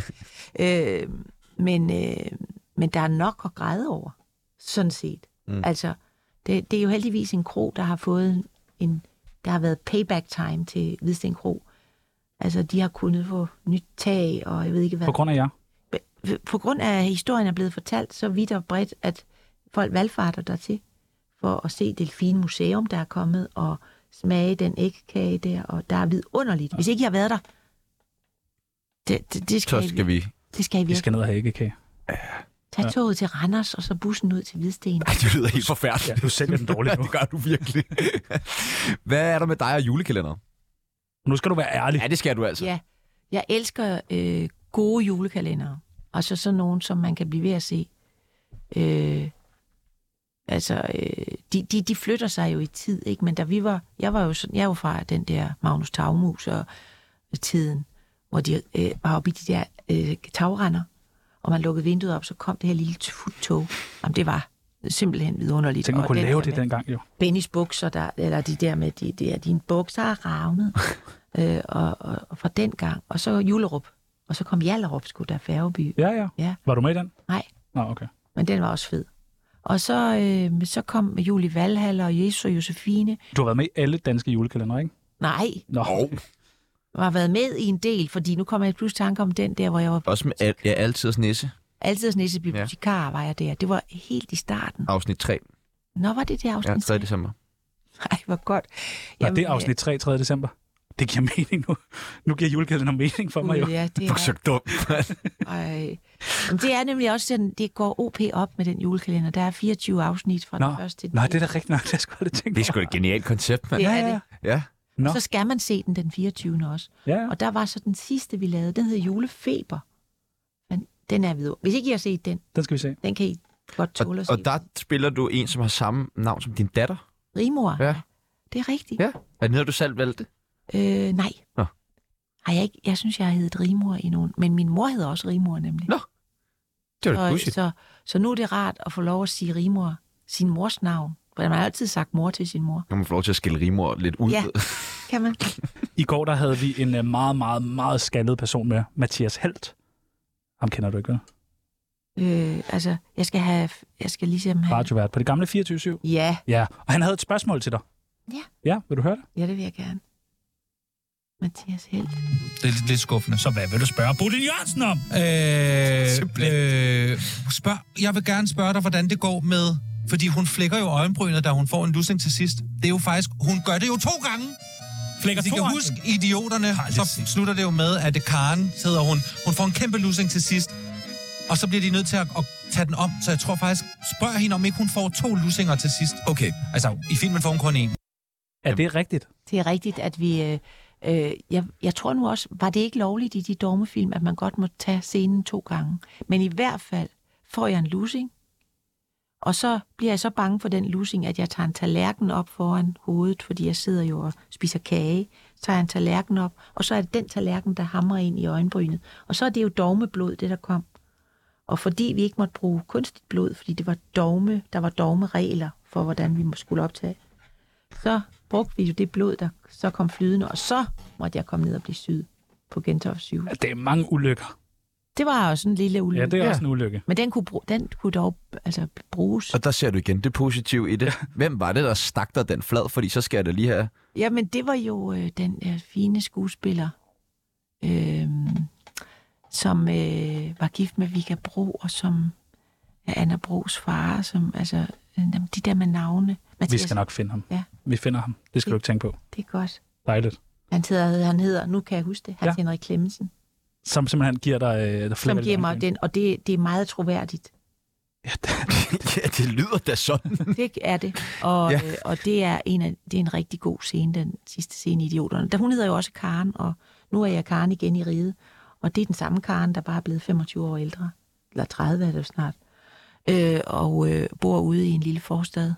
S5: øh, men, øh, men der er nok at græde over, sådan set.
S1: Mm.
S5: Mm. Altså, det, det er jo heldigvis en kro, der har fået en... Der har været payback time til Hvidsten Kro. Altså, de har kunnet få nyt tag, og jeg ved ikke hvad.
S2: På grund af jer.
S5: På grund af, at historien er blevet fortalt så vidt og bredt, at folk valgfarter dertil for at se det fine museum, der er kommet, og smage den ægkage der, og der er vidunderligt. Hvis ikke jeg har været der, det, det, det skal,
S1: Så skal
S5: vi.
S1: vi...
S5: Det skal I
S2: Vi
S5: virkelig.
S2: skal ned og have æggekage.
S5: Tag toget til Randers, og så bussen ud til Hvidsten.
S1: Ej, det lyder helt forfærdeligt.
S2: Ja, du sælger den dårligt nu.
S1: det gør du virkelig. Hvad er der med dig og julekalender?
S2: Nu skal du være ærlig.
S1: Ja, det skal du altså.
S5: Ja, jeg elsker øh, gode julekalendere. Og så sådan nogen, som man kan blive ved at se. Øh, altså, øh, de, de, de flytter sig jo i tid, ikke? Men da vi var, jeg var jo sådan, jeg var fra den der Magnus Tagmus og tiden, hvor de øh, var oppe i de der øh, tagrender, og man lukkede vinduet op, så kom det her lille futtog. Jamen, det var simpelthen vidunderligt.
S2: Tænk, man
S5: Og
S2: kunne
S5: den
S2: lave
S5: der
S2: det
S5: med-
S2: dengang jo.
S5: Bennys bukser, der, eller de der med, de, de, dine bukser er ravnet. øh, og, og, og, fra den gang. Og så Jullerup. Og så kom Jallerup, skulle der færgeby.
S2: Ja, ja.
S5: Ja,
S2: Var du med i den?
S5: nej,
S2: Nå, okay.
S5: men den var også fed. Og så, øh, så kom Julie Valhall og Jesu og Josefine.
S2: Du har været med i alle danske julekalender, ikke?
S5: Nej,
S2: Nå.
S1: Og
S5: jeg har været med i en del, fordi nu kommer jeg pludselig i tanke om den der, hvor jeg var
S1: også med al, ja, altid nisse,
S5: altid sådan næste bibliotekar, var jeg der. Det var helt i starten.
S1: afsnit 3,
S5: Nå, var det det
S1: ja,
S5: afsnit?
S1: 3. december.
S5: Nej, hvor godt.
S2: Nå, det er afsnit 3, 3. december. Det giver mening nu. Nu giver julekalender mening for mig jo.
S5: øh, Ja, det
S1: Du er
S5: er
S1: så dum.
S5: Ej. Men det er nemlig også sådan, det går OP op med den julekalender. Der er 24 afsnit fra
S2: Nå,
S5: den første til den
S2: nej, det er da rigtigt nok. Det er sgu aldrig tænkt
S1: det er sgu et genialt koncept, mand.
S5: Det
S2: Ja,
S5: er
S2: ja,
S5: det.
S1: Ja.
S2: Nå.
S5: Nå. Så skal man se den den 24. også.
S2: ja.
S5: Og der var så den sidste, vi lavede, den hed Julefeber. Men den er videre. Hvis ikke I har set den,
S2: Den skal vi se.
S5: den kan I godt
S1: Og,
S5: tåle at se.
S1: og der spiller du en, som har samme navn som din datter.
S5: Rimor,
S1: Ja.
S5: det er rigtigt.
S1: Ja. Er det noget, du selv valgte?
S5: Øh, nej.
S1: Nå.
S5: Har jeg, ikke, jeg synes, jeg har heddet Rimor i nogen. Men min mor hedder også Rimor nemlig.
S1: Nå, Det var da
S5: så,
S1: pudsigt.
S5: så, så nu er det rart at få lov at sige Rimor, sin mors navn. For man har altid sagt mor til sin mor.
S1: Når man får lov til at skille rimord lidt ud.
S5: Ja. kan man.
S2: I går der havde vi en øh, meget, meget, meget skaldet person med, Mathias Helt. Ham kender du ikke, vel?
S5: Øh, altså, jeg skal, have, jeg skal ligesom have...
S2: Radiovært på det gamle 24-7.
S5: Ja,
S2: Ja, og han havde et spørgsmål til dig.
S5: Ja.
S2: Ja, vil du høre det?
S5: ja, det vil jeg gerne. Mathias Helt.
S4: Det er lidt, lidt skuffende.
S2: Så hvad vil du spørge Bodil Jørgensen om?
S4: Øh, øh, spørg, jeg vil gerne spørge dig, hvordan det går med... Fordi hun flækker jo øjenbrynet, da hun får en lussing til sidst. Det er jo faktisk... Hun gør det jo to gange.
S2: Flækker
S4: Hvis I kan huske idioterne, så slutter det jo med, at det Karen hedder hun. Hun får en kæmpe lussing til sidst. Og så bliver de nødt til at, at tage den om. Så jeg tror faktisk, spørg hende, om ikke hun får to lussinger til sidst.
S1: Okay,
S4: Altså, i filmen får hun kun en.
S2: Er det rigtigt?
S5: Det er rigtigt, at vi... Øh, øh, jeg, jeg tror nu også, var det ikke lovligt i de dogmefilm, at man godt må tage scenen to gange. Men i hvert fald får jeg en losing, og så bliver jeg så bange for den losing, at jeg tager en tallerken op foran hovedet, fordi jeg sidder jo og spiser kage, så tager jeg en tallerken op, og så er det den tallerken, der hamrer ind i øjenbrynet. Og så er det jo dogmeblod, det der kom. Og fordi vi ikke måtte bruge kunstigt blod, fordi det var dogme, der var dogmeregler for, hvordan vi må- skulle optage, så brugte vi jo det blod, der så kom flydende, og så måtte jeg komme ned og blive syet på Gentofte sygehus.
S2: Ja, det er mange ulykker.
S5: Det var jo sådan en lille ulykke.
S2: Ja, det er også en ulykke.
S5: Men den kunne, bruge, den kunne dog altså, bruges.
S1: og der ser du igen det positive i det. Hvem var det, der stak dig den flad? Fordi så skal jeg da lige have...
S5: Jamen, det var jo øh, den øh, fine skuespiller, øh, som øh, var gift med Vika Bro, og som er Anna Bros far, som, altså, øh, jamen, de der med navne.
S2: Vi
S5: Mathias,
S2: skal nok finde ham.
S5: Ja.
S2: Vi finder ham. Det skal du ikke tænke på.
S5: Det er godt.
S2: Dejligt.
S5: Han hedder, han hedder, nu kan jeg huske det, Hans
S2: Ja.
S5: ja. Henrik Klemmensen,
S2: Som simpelthen giver dig... Øh, der
S5: som giver mig den, og det, det er meget troværdigt.
S2: Ja, det,
S1: ja, det lyder da sådan.
S5: Det er det. Og,
S1: Ja.
S5: ja. øh, og det, er en af, det er en rigtig god scene, den sidste scene i Idioterne. Der, hun hedder jo også Karen, og nu er jeg Karen igen i riget. Og det er den samme Karen, der bare er blevet 25 år ældre. Eller 30 er det jo snart. Øh, og øh, bor ude i en lille forstad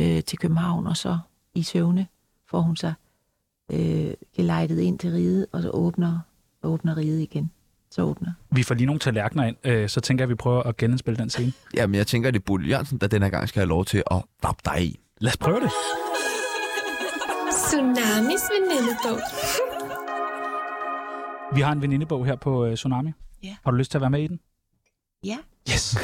S5: øh, til København, og så i søvne får hun sig øh, gelejtet ind til riget, og så åbner, åbner riget igen. Så åbner.
S2: vi får lige nogle tallerkener ind, øh, så tænker jeg, at vi prøver at genindspille den scene.
S1: Jamen, jeg tænker, at det er Bodil Jørgensen, der den her gang skal have lov til at vappe dig i.
S2: Lad os prøve det.
S7: Tsunamis venindebog.
S2: Vi har en venindebog her på øh, Tsunami.
S5: Ja.
S2: Har du lyst til at være med i den?
S5: Ja.
S2: Yes.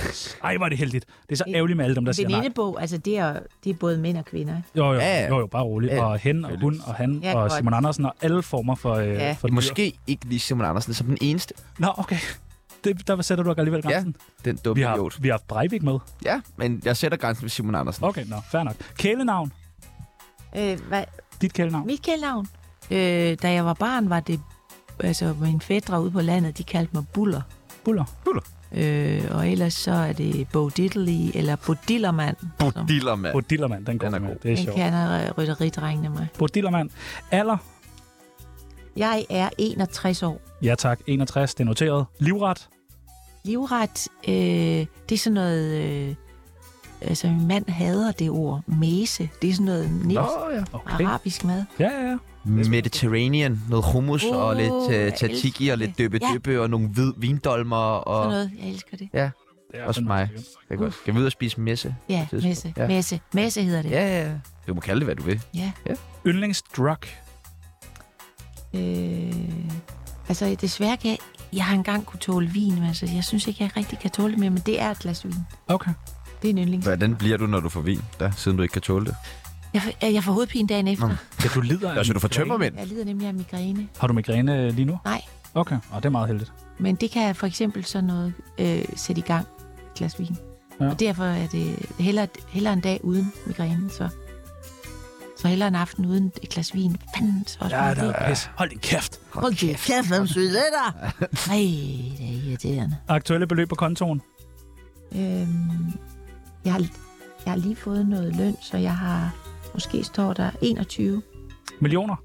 S2: Ej, hvor er det heldigt. Det er så ærgerligt med alle dem, der siger nej.
S5: Venindebog, altså det er, det er både mænd og kvinder. ikke?
S2: Jo, jo,
S1: Ja, ja.
S2: jo, jo bare roligt.
S1: Ja,
S2: Og hen og hun og han
S5: Ja,
S2: og
S5: godt.
S2: Simon Andersen og alle former for, øh,
S5: Ja.
S2: for dyr.
S1: Måske ikke lige Simon Andersen som den eneste.
S2: Nå, okay. Det, der sætter du alligevel grænsen.
S1: Den dumme
S2: Vi
S1: idiot.
S2: har, vi har haft Breivik med.
S1: Ja, men jeg sætter grænsen ved Simon Andersen.
S2: Okay, nå, fair nok. Kælenavn.
S5: Øh, hvad,
S2: Dit kælenavn.
S5: Mit kældnavn? Øh, da jeg var barn, var det... Altså, mine fædre ude på landet, de kaldte mig Buller.
S2: Buller. Buller.
S5: Øh, og ellers så er det Bo Diddley, eller Bodillermand. som-
S1: Dillermand.
S2: Bodillermand, den går
S1: Den er
S2: med.
S1: god.
S2: Det er
S5: Den
S2: sjovt.
S5: kender rytteridrengene mig.
S2: Bodillermand. Alder.
S5: Jeg er 61 år.
S2: Ja tak, 61, det er noteret. Livret.
S5: Livret, øh, det er sådan noget... Øh, altså, min mand hader det ord. Mese. Det er sådan noget
S1: Nå,
S5: næst
S1: ja.
S2: Okay.
S5: arabisk mad.
S2: Ja, ja, ja.
S1: Mm. Mediterranean. Noget hummus uh, og
S5: Uh,
S1: lidt uh,
S5: jeg
S1: tatiki
S5: elsker
S1: og
S5: det.
S1: lidt døbe
S5: Ja.
S1: døbe og nogle hvid vindolmer og
S5: Sådan noget, jeg elsker det.
S2: Det er
S1: også
S2: sådan
S1: mig.
S2: noget.
S1: Det er godt. Skal vi ud og spise messe?
S5: Ja,
S1: Tidspunkt.
S5: messe.
S1: Ja.
S5: Messe. Messe hedder det.
S1: Ja, ja, ja. Du må kalde det, hvad du vil.
S5: ja.
S2: Yndlingsdrug.
S5: Øh, altså, desværre kan jeg, jeg har engang kunne tåle vin, men altså, jeg synes ikke, jeg rigtig kan tåle det mere, men det er et glas vin.
S2: Okay.
S5: Det er en yndlings.
S1: Hvordan bliver du, når du får vin, da, siden du ikke kan tåle det?
S5: Jeg, får- jeg får hovedpine dagen efter.
S1: Nå.
S2: Ja, du lider af
S1: Altså, du får
S2: migræne.
S1: tømmermænd.
S5: Jeg lider nemlig af migræne.
S2: Har du migræne øh, lige nu?
S5: Nej,
S2: Okay, og det er meget heldigt.
S5: men det kan for eksempel sådan noget øh, sætte i gang et glas vin.
S2: Ja.
S5: Ja. Og derfor er det hellere, hellere en dag uden migræne, så, så hellere en aften uden et glas vin. Fanden, så også
S2: Ja,
S5: meget
S2: det
S5: vin.
S2: er pis. Hold din kæft.
S5: Hold kæft, kæft, hvem synes det der? Ej, det er irriterende.
S2: Aktuelle beløb på kontoen.
S5: Øhm, jeg, har, jeg har lige fået noget løn, så jeg har, måske står der 21.000.
S2: Millioner.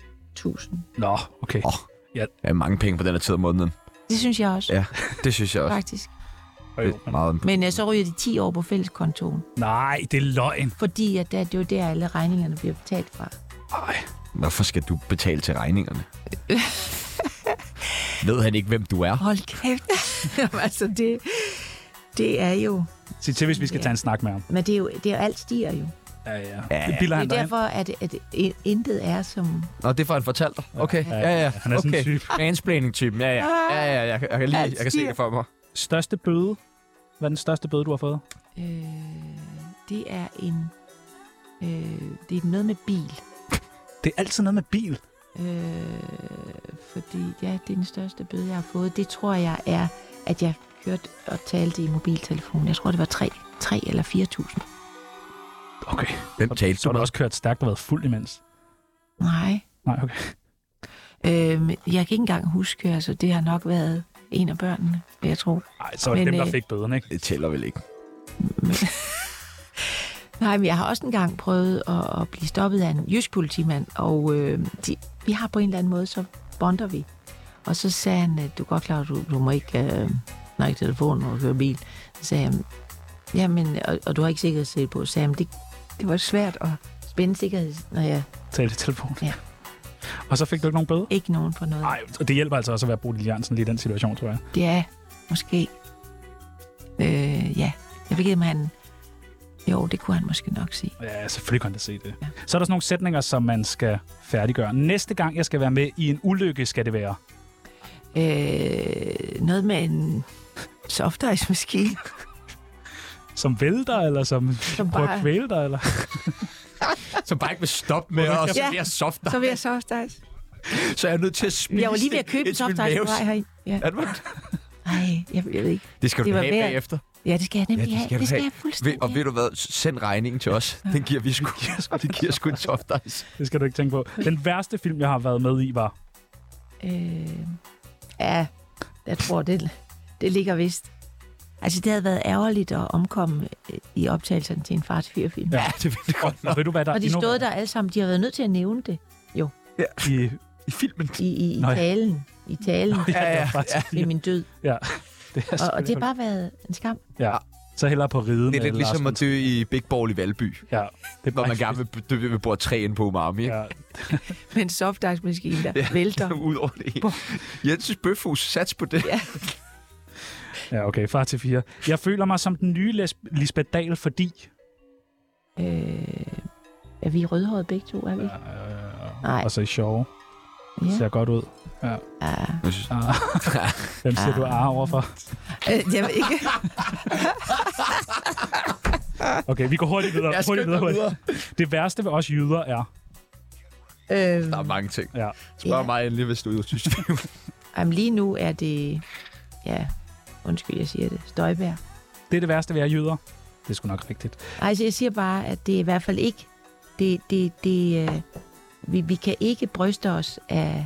S2: Nå, okay.
S1: Åh. Ja, mange penge på den her tid af måneden.
S5: Det synes jeg også,
S1: Ja, det synes jeg også.
S5: faktisk.
S1: Det er meget
S5: Men øh, så ryger de 10 år på fælleskontoen,
S2: Nej, det er løgn.
S5: fordi at der, det er jo der, alle regningerne bliver betalt fra.
S2: Ej.
S1: Hvorfor skal du betale til regningerne? Ved han ikke, hvem du er?
S5: Hold kæft. Jamen, altså, det, det er jo...
S2: Sig til, hvis vi skal
S5: Ja.
S2: tage en snak med ham.
S5: Men det er jo, det er, jo- alt stiger jo.
S2: Ja, ja.
S1: Ja,
S2: Det bilder han
S5: Det er
S2: dig ind.
S5: derfor, at, at i- intet er som...
S1: Nå, det får han fortalt dig. Okay, ja, ja.
S2: Han er sådan en
S1: okay.
S2: type.
S1: Mansplaining-typen, ja, ja. Ja, ja, jeg, kan- jeg, kan, lige, jeg kan se det for mig.
S2: Største bøde? Hvad er den største bøde, du har fået?
S5: Øh, det er en... Øh, det er noget med bil.
S2: Det er altid noget med bil.
S5: Øh, fordi ja, det er den største bøde, jeg har fået. Det tror jeg er, at jeg kørte og talte i mobiltelefonen. Jeg tror, det var 3, 3 eller 4.000.
S2: Okay.
S1: Hvem talte du
S2: Så har du
S1: med?
S2: også kørt stærkt og været fuld imens.
S5: Nej.
S2: Nej, okay.
S5: Øh, men jeg kan ikke engang huske, altså det har nok været en af børnene, vil jeg tro.
S2: Nej, så var det
S5: Men,
S2: dem, der
S5: øh,
S2: fik bøden, ikke?
S1: Det tæller vel ikke.
S5: Nej, men jeg har også engang prøvet at, at blive stoppet af en jysk politimand, og øh, de, vi har på en eller anden måde, så bonder vi. Og så sagde han, at du er godt klar, at du, du må ikke øh, snakke i telefonen og køre bil. Så sagde han, jamen, og, og du har ikke sikkerhedssele på. Så sagde han, det, det var svært at spænde sikkerhed, når jeg
S2: Tal til telefonen.
S5: Ja.
S2: Og så fik du ikke nogen bøde?
S5: ikke nogen for noget.
S2: Nej, og det hjælper altså også at være Bodil Jørgensen lige i den situation, tror jeg.
S5: Det er måske... Øh, ja, jeg ved ikke, om han... Jo, det kunne han måske nok sige.
S2: Ja, selvfølgelig kan han da se det.
S5: Ja.
S2: Ja. Så er der sådan nogle sætninger, som man skal færdiggøre. Næste gang, jeg skal være med i en ulykke, skal det være.
S5: Øh, noget med en softice-maskine.
S2: Som vælter, eller som,
S5: Som
S2: som prøver
S5: bare-
S2: at kvæle dig, eller...
S1: Som bare ikke vil stoppe med, og så
S5: Ja.
S1: bliver jeg soft.
S5: Så vil jeg softice.
S1: Så er jeg nødt til at spise
S5: Jeg var lige ved at købe en
S1: indtil min
S5: softice på
S1: mave-
S5: vej herind. Ja.
S1: Er det rigtigt?
S5: Ej, jeg, jeg ved ikke.
S1: Det skal du
S5: Det
S1: det
S5: var
S1: have
S5: værd.
S1: bagefter.
S5: Ja, det skal jeg nemlig
S1: Ja, det
S5: have.
S1: skal
S5: Det
S1: du
S5: skal
S1: have.
S5: jeg
S1: Ved,
S5: fuldstændig
S1: og ved du hvad? Send regningen til os. Den giver vi sgu. Det giver sgu en soft ice.
S2: Det skal du ikke tænke på. Den værste film, jeg har været med i, var...
S5: have. Øh, ja, jeg tror, det, det ligger vist. Altså, det havde været ærgerligt at omkomme øh, i optagelserne til en fars 4-film.
S2: Ja.
S5: Ja.
S1: Ja, det ved jeg godt
S2: Og
S1: nok.
S2: ved du, hvad der er
S5: Og de
S2: endnu
S5: stod der alle sammen. De har været nødt til at nævne det
S2: i
S1: I filmen.
S5: i, i, i
S2: Nå ja.
S5: talen. I talen. Øh,
S2: Ja, ja, ja.
S5: ved min død.
S2: Det er
S5: Og, og det
S2: selvfølgelig-
S5: har bare været en skam.
S2: Ja. Så hellere på riden.
S1: Det er lidt
S2: med
S1: ligesom at
S2: Lars
S1: dø i Big Ball i Valby,
S2: von- Ja, det er
S1: når
S2: bare
S1: man gerne vil dø ved bord 3 inde på umami. ikke?
S2: Ja,
S5: Men softice-maskinen, der
S1: Ja.
S5: vælter.
S1: Ud over det hele. Jensens Bøfhus, sats på det.
S2: ja, okay. Far til fire. Jeg føler mig som den nye Lis- Lisbeth Dahl, fordi...
S5: Øh, er vi rødhårede begge to, er vi? ikke? Nej.
S2: Og så er I sjove.
S5: Ja.
S2: Ser godt ud.
S5: Ah.
S2: Ah. Hvem siger du ar overfor?
S5: Øh, jeg ved ikke.
S2: Okay, vi går hurtigt videre.
S1: Jeg
S2: hurtigt
S1: skynder
S2: videre.
S1: videre.
S2: Det værste ved os jyder er...
S5: Øh,
S1: Der er mange ting.
S2: Ja.
S1: Spørg
S5: Ja.
S1: mig endelig, hvis du synes, det er
S5: jamen, lige nu er det... Ja, undskyld, jeg siger det. Støjbær.
S2: Det er det værste ved at være jyder. Det er sgu nok rigtigt.
S5: Altså, jeg siger bare, at det er i hvert fald ikke... Det, det, det, øh, vi, vi kan ikke bryste os af,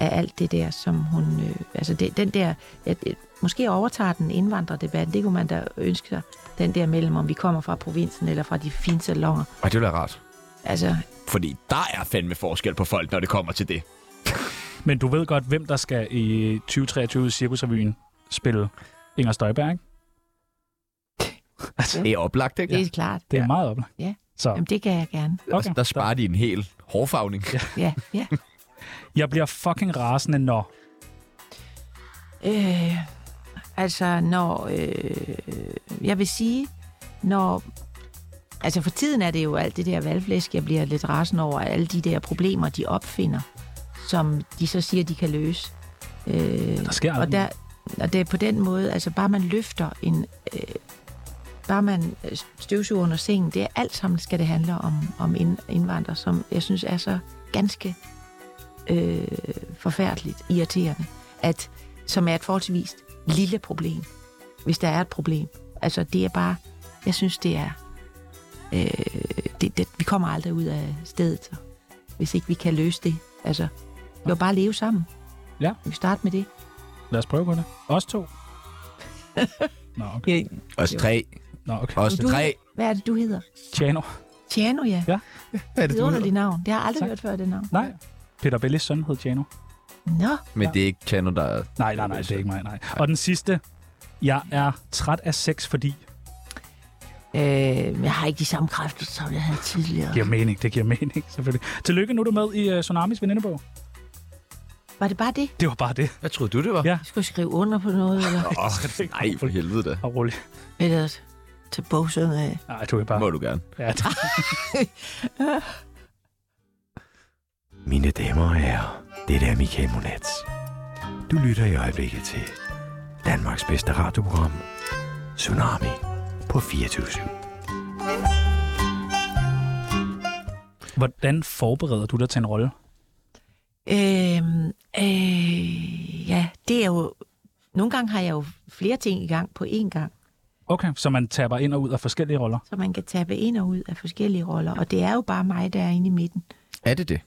S5: af alt det der, som hun... Øh, altså, det, den der... Ja, det, måske overtager den indvandrerdebat. Det kunne man da ønske sig. Den der mellem, om vi kommer fra provinsen eller fra de fine salonger.
S1: Ej, det ville være rart.
S5: Altså,
S1: Fordi der er fandme forskel på folk, når det kommer til det.
S2: Men du ved godt, hvem der skal i 2023 Cirkusrevyen spille Inger Støjberg, ikke?
S5: Altså.
S1: Det er oplagt, ikke?
S5: det er klart.
S2: Det er ja. meget oplagt.
S5: Ja.
S2: Så,
S5: Jamen, det kan jeg gerne.
S1: Okay. Altså, Der sparer de en hel hårfagning. Ja.
S5: Ja, ja.
S2: Jeg bliver fucking rasende, når...
S5: Øh, altså, når... Øh, jeg vil sige, når... Altså, for tiden er det jo alt det der valgflæsk, jeg bliver lidt rasende over, alle de der problemer, de opfinder, som de så siger, de kan løse. Øh,
S2: Der sker
S5: og,
S2: aldrig
S5: der, og det er på den måde, altså bare man løfter en... Øh, bare man øh, støvsuger under sengen, det er alt sammen skal det handle om, om ind, indvandrere, som jeg synes er så ganske øh, forfærdeligt irriterende, at, som er et forholdsvis lille problem, hvis der er et problem. Altså det er bare, jeg synes det er, øh, det, det, vi kommer aldrig ud af stedet, så, hvis ikke vi kan løse det. Altså, jo bare leve sammen.
S2: Ja.
S5: Vi starter med det.
S2: Lad os prøve på det. Os to. Nå, okay.
S1: Os tre.
S2: Nå, okay.
S1: Os
S5: Du,
S1: tre.
S5: hvad er det, du hedder?
S2: Tjano.
S5: Tjano, ja.
S2: Ja.
S5: Er det underligt navn. Det har jeg aldrig
S2: Tak.
S5: hørt før, det navn.
S2: Nej. Peter Bellis søn hed Tjano.
S5: Nå,
S1: Men det er ikke Tjano, der er...
S2: Nej, nej, nej, det er ikke mig, nej. Og den sidste. Jeg er træt af sex, fordi...
S5: øh, jeg har ikke de samme kræfter, som jeg havde tidligere.
S2: Det giver mening, det giver mening, selvfølgelig. Tillykke, nu er du med i uh, Tsunamis venindebog.
S5: Var det bare det?
S2: Det var bare det.
S1: Hvad troede du, det var?
S2: Ja.
S5: Jeg skulle skrive under på noget, eller,
S1: Oh, nej, for helvede da.
S2: Og roligt.
S5: eller til bogsynge.
S2: Nej, du er bare...
S1: Må du gerne.
S2: Ja, det...
S8: Mine damer og herrer, det er Michael Monats. Du lytter i øjeblikket til Danmarks bedste radioprogram, Tsunami på 24
S2: Hvordan forbereder du dig til en rolle?
S5: Øhm, øh, ja, det er jo... Nogle gange har jeg jo flere ting i gang på én gang,
S2: Okay, så man taber ind og ud af forskellige roller.
S5: så man kan tappe ind og ud af forskellige roller, og det er jo bare mig, der er inde i midten.
S1: Er det det?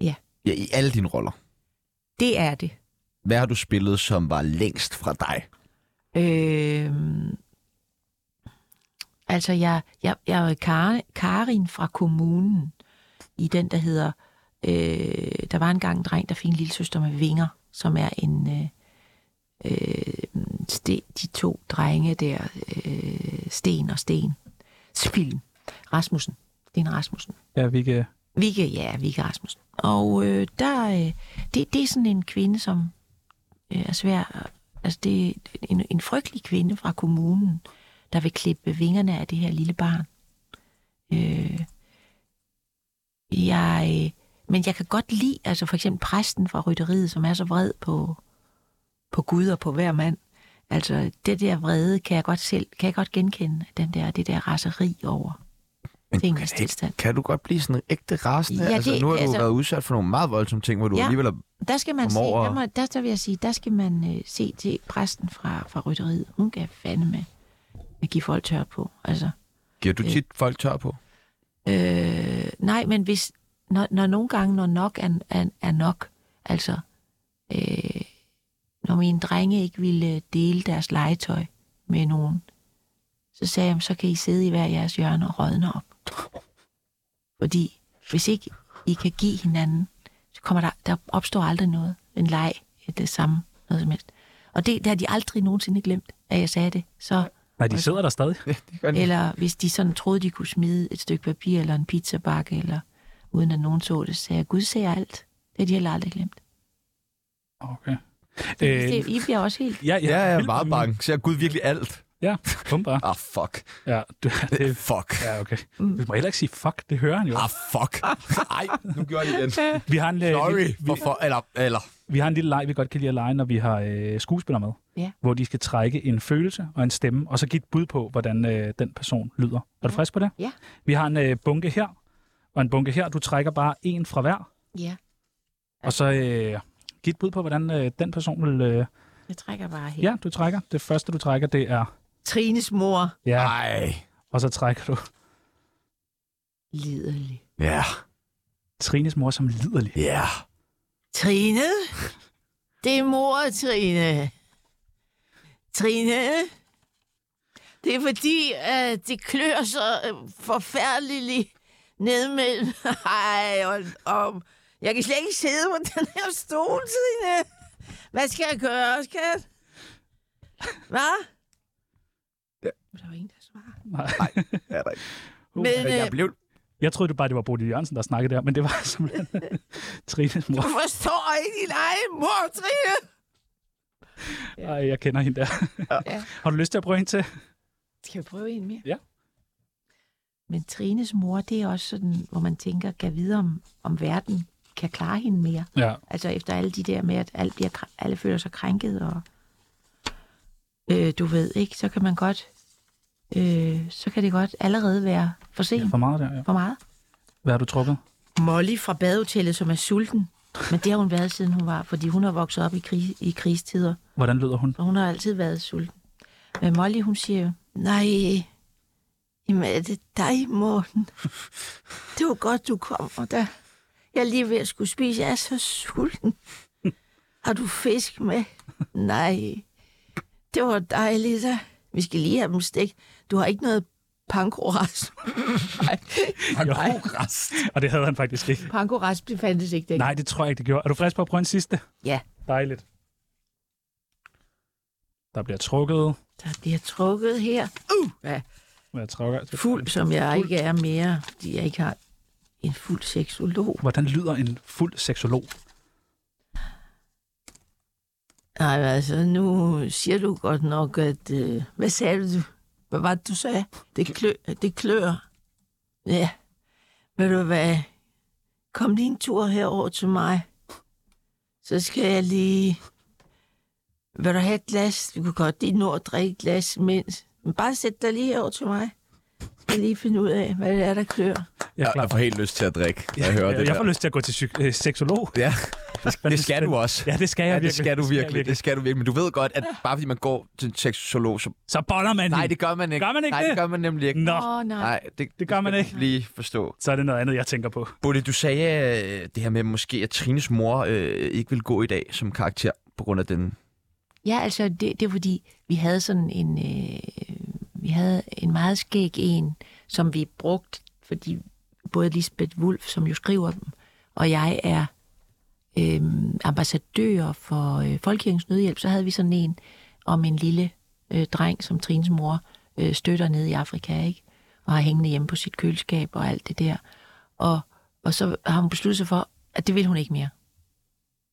S5: Ja.
S1: Ja, i alle dine roller.
S5: Det er det.
S1: Hvad har du spillet, som var længst fra dig?
S5: Øhm, altså, jeg, jeg, jeg er jo Kar, Karin fra kommunen, i den, der hedder... Øh, der var engang en dreng, der fik en lille søster med vinger, som er en... Øh, øh, ste, de to drenge der, øh, Sten og Sten. Spillen. Rasmussen. Sten Rasmussen.
S2: Ja, vi kan...
S5: Vigge, ja, Vigge Rasmussen. Og øh, der, øh, det, det er sådan en kvinde, som øh, er svær. at- Altså, det er en, en frygtelig kvinde fra kommunen, der vil klippe vingerne af det her lille barn. Øh, jeg, øh, men jeg kan godt lide, altså for eksempel præsten fra rytteriet, som er så vred på, på Gud og på hver mand. Altså, det der vrede kan jeg godt selv, kan jeg godt genkende, den der, det der raseri over tingens tilstand.
S1: Kan du godt blive sådan ægte rasende?
S5: Ja,
S1: altså,
S5: det-
S1: nu har du
S5: altså-
S1: været udsat for nogle meget voldsomme ting, hvor du
S5: Ja.
S1: alligevel er...
S5: Der skal man se,
S1: Kommer over-
S5: der, må, der, der vil jeg sige, der skal man øh, se til præsten fra, fra rytteriet. Hun kan fandme med at give folk tør på. Altså,
S1: Giver du
S5: Øh.
S1: tit folk tør på?
S5: øh, nej, men hvis, når, når nogle gange, når nok er, er, er nok, altså, øh, når mine drenge ikke ville øh, dele deres legetøj med nogen, så sagde jeg, "Jamen, så kan I sidde i hver jeres hjørne og rådne op. Fordi hvis ikke I kan give hinanden, så kommer der, der opstår aldrig noget. En leg, øh, det samme, noget som helst. Og det, det har de aldrig nogensinde glemt, at jeg sagde det. Så
S2: Nej, de sidder der stadig.
S5: eller hvis de sådan troede, de kunne smide et stykke papir eller en pizzabakke, eller uden at nogen så det, så sagde jeg, Gud ser alt. Det har de heller aldrig glemt.
S2: Okay.
S5: Øh, det, I bliver også helt...
S2: ja,
S1: Ja, jeg er meget bange. Ser Gud virkelig alt?
S2: Ja, kom bare.
S1: Ah, fuck.
S2: Ja, du, det,
S1: Fuck.
S2: ja, okay. Vi må heller ikke sige fuck, det hører han jo.
S1: Mm. Ah, fuck. Ej, nu gjorde jeg det igen.
S2: Vi har en, øh,
S1: Sorry.
S2: Vi, vi,
S1: Hvorfor? Eller, eller.
S2: vi har en lille leg, vi godt kan lide at lege, når vi har øh, skuespillere med.
S5: Ja.
S2: Hvor de skal trække en følelse og en stemme, og så give et bud på, hvordan øh, den person lyder. Er du frisk på det?
S5: Ja.
S2: Vi har en øh, bunke her, og en bunke her. Du trækker bare en fra hver,
S5: Ja,
S2: og så øh, giv et bud på, hvordan øh, den person vil... Øh,
S5: jeg trækker bare helt.
S2: ja, du trækker. Det første, du trækker, det er...
S5: Trines mor
S2: Ja,
S1: Ej.
S2: og så trækker du
S5: liderlig.
S1: Ja,
S2: Trines mor som liderlig.
S1: ja.
S5: Trine? Det er mor, Trine. Trine? Det er fordi, at det klør så øh, forfærdeligt ned mellem... Ej, og, og jeg kan slet ikke sidde på den her stol, Trine. Hvad skal jeg gøre, skat? Hvad? Ja. Der var ingen, der svarede.
S2: Nej.
S1: Er der ikke?
S5: Men
S1: Jeg
S5: øh,
S1: blev...
S2: Jeg troede det bare, det var Bodil Jørgensen, der snakkede der, men det var simpelthen Trines mor.
S5: du forstår ikke din egen mor, Trine.
S2: Ej, jeg kender hende der.
S5: Ja.
S2: Har du lyst til at prøve hende til?
S5: Skal jeg prøve en mere?
S2: Ja.
S5: Men Trines mor, det er også sådan, hvor man tænker, kan vide om, om verden kan klare hende mere.
S2: Ja.
S5: Altså efter alle de der med, at alle, bliver, kr- alle føler sig krænket, og øh, du ved ikke, så kan man godt, øh, så kan det godt allerede være for sent
S2: For meget der, ja.
S5: for meget.
S2: Hvad har du trukket?
S5: Molly fra badehotellet, som er sulten, men det har hun været siden hun var, fordi hun har vokset op i, krig, i krigstider.
S2: Hvordan lyder hun?
S5: Og hun har altid været sulten. Men Molly, hun siger jo, nej, jamen er det dig, Morten? Det var godt, du kom, og da jeg er lige ved at skulle spise, jeg er så sulten. Har du fisk med? Nej, det var dejligt, da. Vi skal lige have dem stegt. Du har ikke noget pankoras. Nej, nej.
S2: Og det havde han faktisk ikke.
S5: Pankoras det fandtes ikke dengang.
S2: Nej, det tror jeg ikke, det gjorde. Er du frisk på at prøve en sidste?
S5: Ja.
S2: Dejligt. Der bliver trukket.
S5: Der bliver trukket her. Uh, ja.
S2: Jeg trækker.
S5: fuld, som jeg ikke er mere, fordi jeg ikke har en fuld seksolog.
S2: Hvordan lyder en fuld seksolog?
S5: Nej, altså, nu siger du godt nok, at... Øh, hvad sagde du? Hvad var det, du sagde? Det, klø, det klør. Ja. Ved du hvad? Kom lige en tur herover til mig. Så skal jeg lige... Vil du have et glas? Du kan godt lige nå at drikke et glas imens. Men bare sæt dig lige herover til mig. Jeg skal lige finde ud af, hvad det er, der klør.
S2: Jeg, er klar.
S1: Jeg får helt lyst til at drikke, når jeg hører
S2: jeg,
S1: det
S2: jeg
S1: der.
S2: får lyst til at gå til psyk- øh, seksolog.
S1: Ja,
S2: Fandme
S1: det skal du
S2: spændende.
S1: også.
S2: Ja, det skal jeg
S1: Ja,
S2: virkelig.
S1: det skal du
S2: jeg
S1: virkelig. Det skal du virkelig. Men du ved godt, at bare fordi man går til en seksolog, så...
S2: Så boller man
S1: Nej,
S2: hende.
S1: det gør man ikke.
S2: Gør man ikke
S1: Nej,
S2: det?
S1: det gør man nemlig ikke.
S2: Nå,
S5: Åh, oh, nej.
S1: Nej, det,
S2: Det gør man
S1: skal
S2: ikke.
S1: du lige forstå.
S2: så er det noget andet, jeg tænker på.
S1: Bolle, du sagde øh, det her med måske, at Trines mor øh, ikke vil gå i dag som karakter på grund af den.
S5: Ja, altså, det, det er fordi, vi havde sådan en... Øh, vi havde en meget skæg en, som vi brugte, fordi både Lisbeth Wulf, som jo skriver dem, og jeg er øh, ambassadør for øh, Folkekirkens Nødhjælp, så havde vi sådan en om en lille øh, dreng, som Trines mor øh, støtter nede i Afrika, ikke? Og har hængende hjemme på sit køleskab og alt det der. Og, og så har hun besluttet sig for, at det vil hun ikke mere.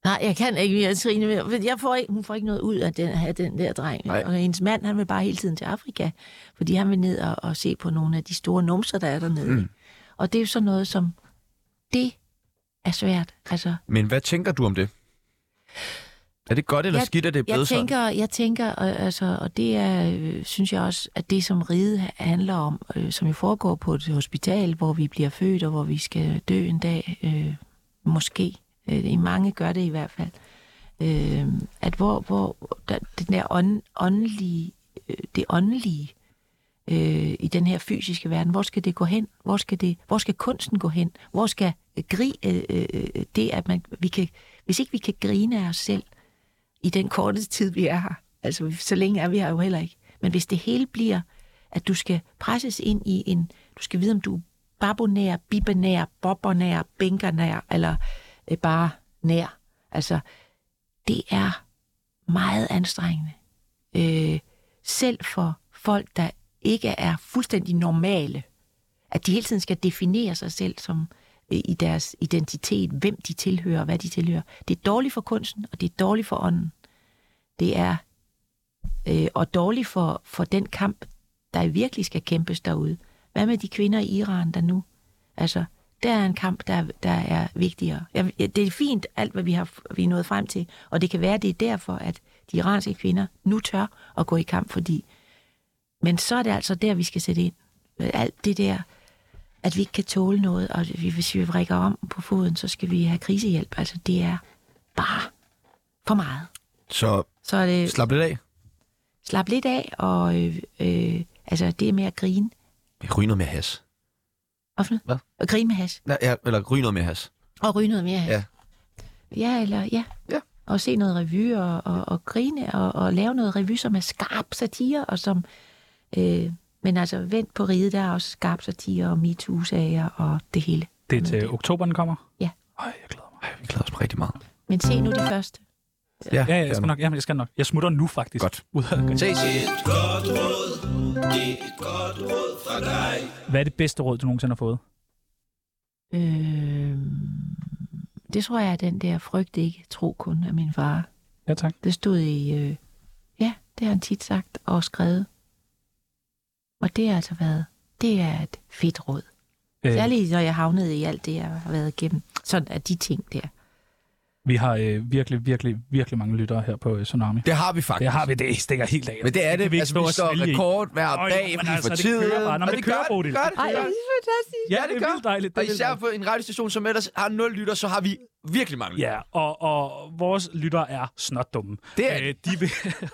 S5: Nej, jeg kan ikke mere, Trine. mere, for Jeg får ikke, hun får ikke noget ud af den, af den der dreng.
S1: Nej.
S5: Og hendes mand, han vil bare hele tiden til Afrika, fordi han vil ned og, og se på nogle af de store numser, der er dernede. Mm. Og det er jo sådan noget, som... Det er svært. Altså,
S1: Men hvad tænker du om det? Er det godt eller
S5: Jeg-
S1: skidt, at det er blevet
S5: jeg
S1: sådan?
S5: tænker, jeg tænker, og, altså, og det er, øh, synes jeg også, at det som ride handler om, øh, som jo foregår på et hospital, hvor vi bliver født, og hvor vi skal dø en dag, øh, måske. Øh, I mange gør det i hvert fald. Øh, at hvor, hvor der, den der ånd, åndelige, øh, det åndelige øh, i den her fysiske verden, hvor skal det gå hen? Hvor skal, det, hvor skal kunsten gå hen? Hvor skal øh, gri, øh, øh, øh, det, at man, vi kan, hvis ikke vi kan grine af os selv, i den korte tid, vi er her. Altså, så længe er vi her jo heller ikke. Men hvis det hele bliver, at du skal presses ind i en... Du skal vide, om du er babonær, bibanær, bobonær, bænkernær, eller øh, bare nær. Altså, det er meget anstrengende. Øh, selv for folk, der ikke er fuldstændig normale, at de hele tiden skal definere sig selv som øh, i deres identitet, hvem de tilhører og hvad de tilhører. Det er dårligt for kunsten, og det er dårligt for ånden. Det er øh, og dårligt for, for den kamp, der virkelig skal kæmpes derude. Hvad med de kvinder i Iran, der nu? Altså, der er en kamp, der, der er vigtigere. Jeg, jeg- det er fint, alt hvad vi har vi er nået frem til, og det kan være, det er derfor, at de iranske kvinder nu tør at gå i kamp, fordi... Men så er det altså der, vi skal sætte ind. Alt det der, at vi ikke kan tåle noget, og vi- hvis vi vrikker om på foden, så skal vi have krisehjælp. Altså, det er bare for meget.
S1: Så
S5: Så er det
S1: slap lidt af.
S5: slap lidt af, og øh, øh, altså, det er med at grine.
S1: Jeg ryger noget mere has.
S5: Og, for noget?
S1: Hvad?
S5: og grine med has.
S1: Nej, ja, eller ryger noget mere has.
S5: Og ryge noget mere has.
S1: Ja.
S5: ja eller ja.
S1: Ja.
S5: Og se noget revy, og, og, og grine, og, og lave noget revy, som er skarp satire, og som... Øh, men altså, vent på riget, der er også skarp satire, og MeToo-sager, og det hele.
S2: Det er til oktober, den kommer.
S5: Ja.
S2: Øj, jeg glæder mig.
S1: Ej, vi glæder os rigtig meget.
S5: Men se nu det første.
S2: Ja, ja, jeg skal nok. Jamen, jeg skal nok. Jeg smutter nu faktisk.
S1: Godt.
S2: Ud af-
S1: Ses.
S2: Hvad er det bedste råd, du nogensinde har fået?
S5: Øh, det tror jeg er den der frygt ikke, tro kun af min far.
S2: Ja, tak.
S5: Det stod i, øh, ja, det har han tit sagt og skrevet. Og det har altså været, det er et fedt råd.
S2: Øh,
S5: Særligt når jeg havnede i alt det, jeg har været igennem. Sådan er de ting der.
S2: vi har øh, virkelig, virkelig, virkelig mange lyttere her på øh, Tsunami.
S1: Det har vi faktisk.
S2: Det har vi, det stikker helt af.
S1: Men det er
S2: kan
S1: det.
S2: ikke
S1: altså,
S2: stå
S1: vi
S2: og
S1: står
S2: svælge i.
S1: rekord hver
S2: Øj,
S1: dag,
S2: men
S1: vi
S2: altså,
S1: får
S2: det
S1: tid.
S2: kører bare. Nå, men det kører, Bodil.
S1: Gør det,
S5: Ej, det
S1: gør
S5: er
S1: det.
S5: fantastisk.
S2: Ja, det, det er
S1: gør.
S2: vildt dejligt. Det
S1: Og
S2: er vildt
S1: især på en radiostation, som ellers har nul lytter, så har vi virkelig mange lytter.
S2: Ja, og, og vores lytter er snotdumme. Øh,
S1: Det er de.
S2: de vil,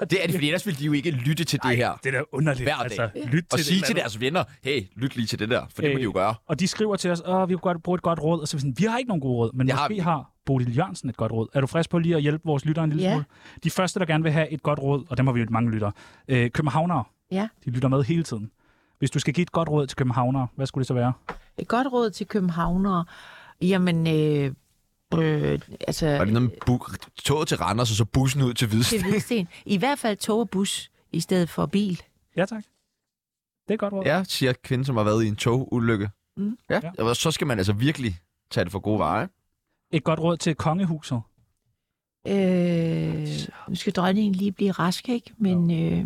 S1: Det er det, for ellers ville de jo ikke lytte til det her.
S2: det er da underligt. altså.
S1: Hver dag.
S2: lyt
S1: Og sige
S2: det,
S1: til deres venner, hey, lyt lige til det der, for det må
S2: Øh,
S1: de jo gøre.
S2: Og de skriver til os, at vi kunne godt bruge et godt råd. Og så er vi sådan, vi har ikke nogen gode råd, men
S1: Jeg har-
S2: måske har... har Bodil Jørgensen et godt råd. Er du frisk på lige at hjælpe vores lyttere en lille
S5: Ja.
S2: smule? De første, der gerne vil have et godt råd, og dem har vi jo mange lyttere, øh, københavnere,
S5: Ja.
S2: de lytter med hele tiden. Hvis du skal give et godt råd til københavnere, hvad skulle det så være?
S5: Et godt råd til københavnere. Jamen, øh, øh, altså...
S1: Og det er noget med bu- toget til Randers, og så bussen ud til
S5: Til
S1: Hvidsten.
S5: Hvidsten. I hvert fald tog og bus i stedet for bil.
S2: Ja, tak. Det er et godt råd.
S1: Ja, siger kvinden, som har været i en togulykke.
S5: Mm.
S1: Ja,
S2: Ja.
S1: og så skal man altså virkelig tage det for gode varer.
S2: Et godt råd til kongehuset.
S5: Øh, nu skal dronningen lige blive rask, ikke? Men øh,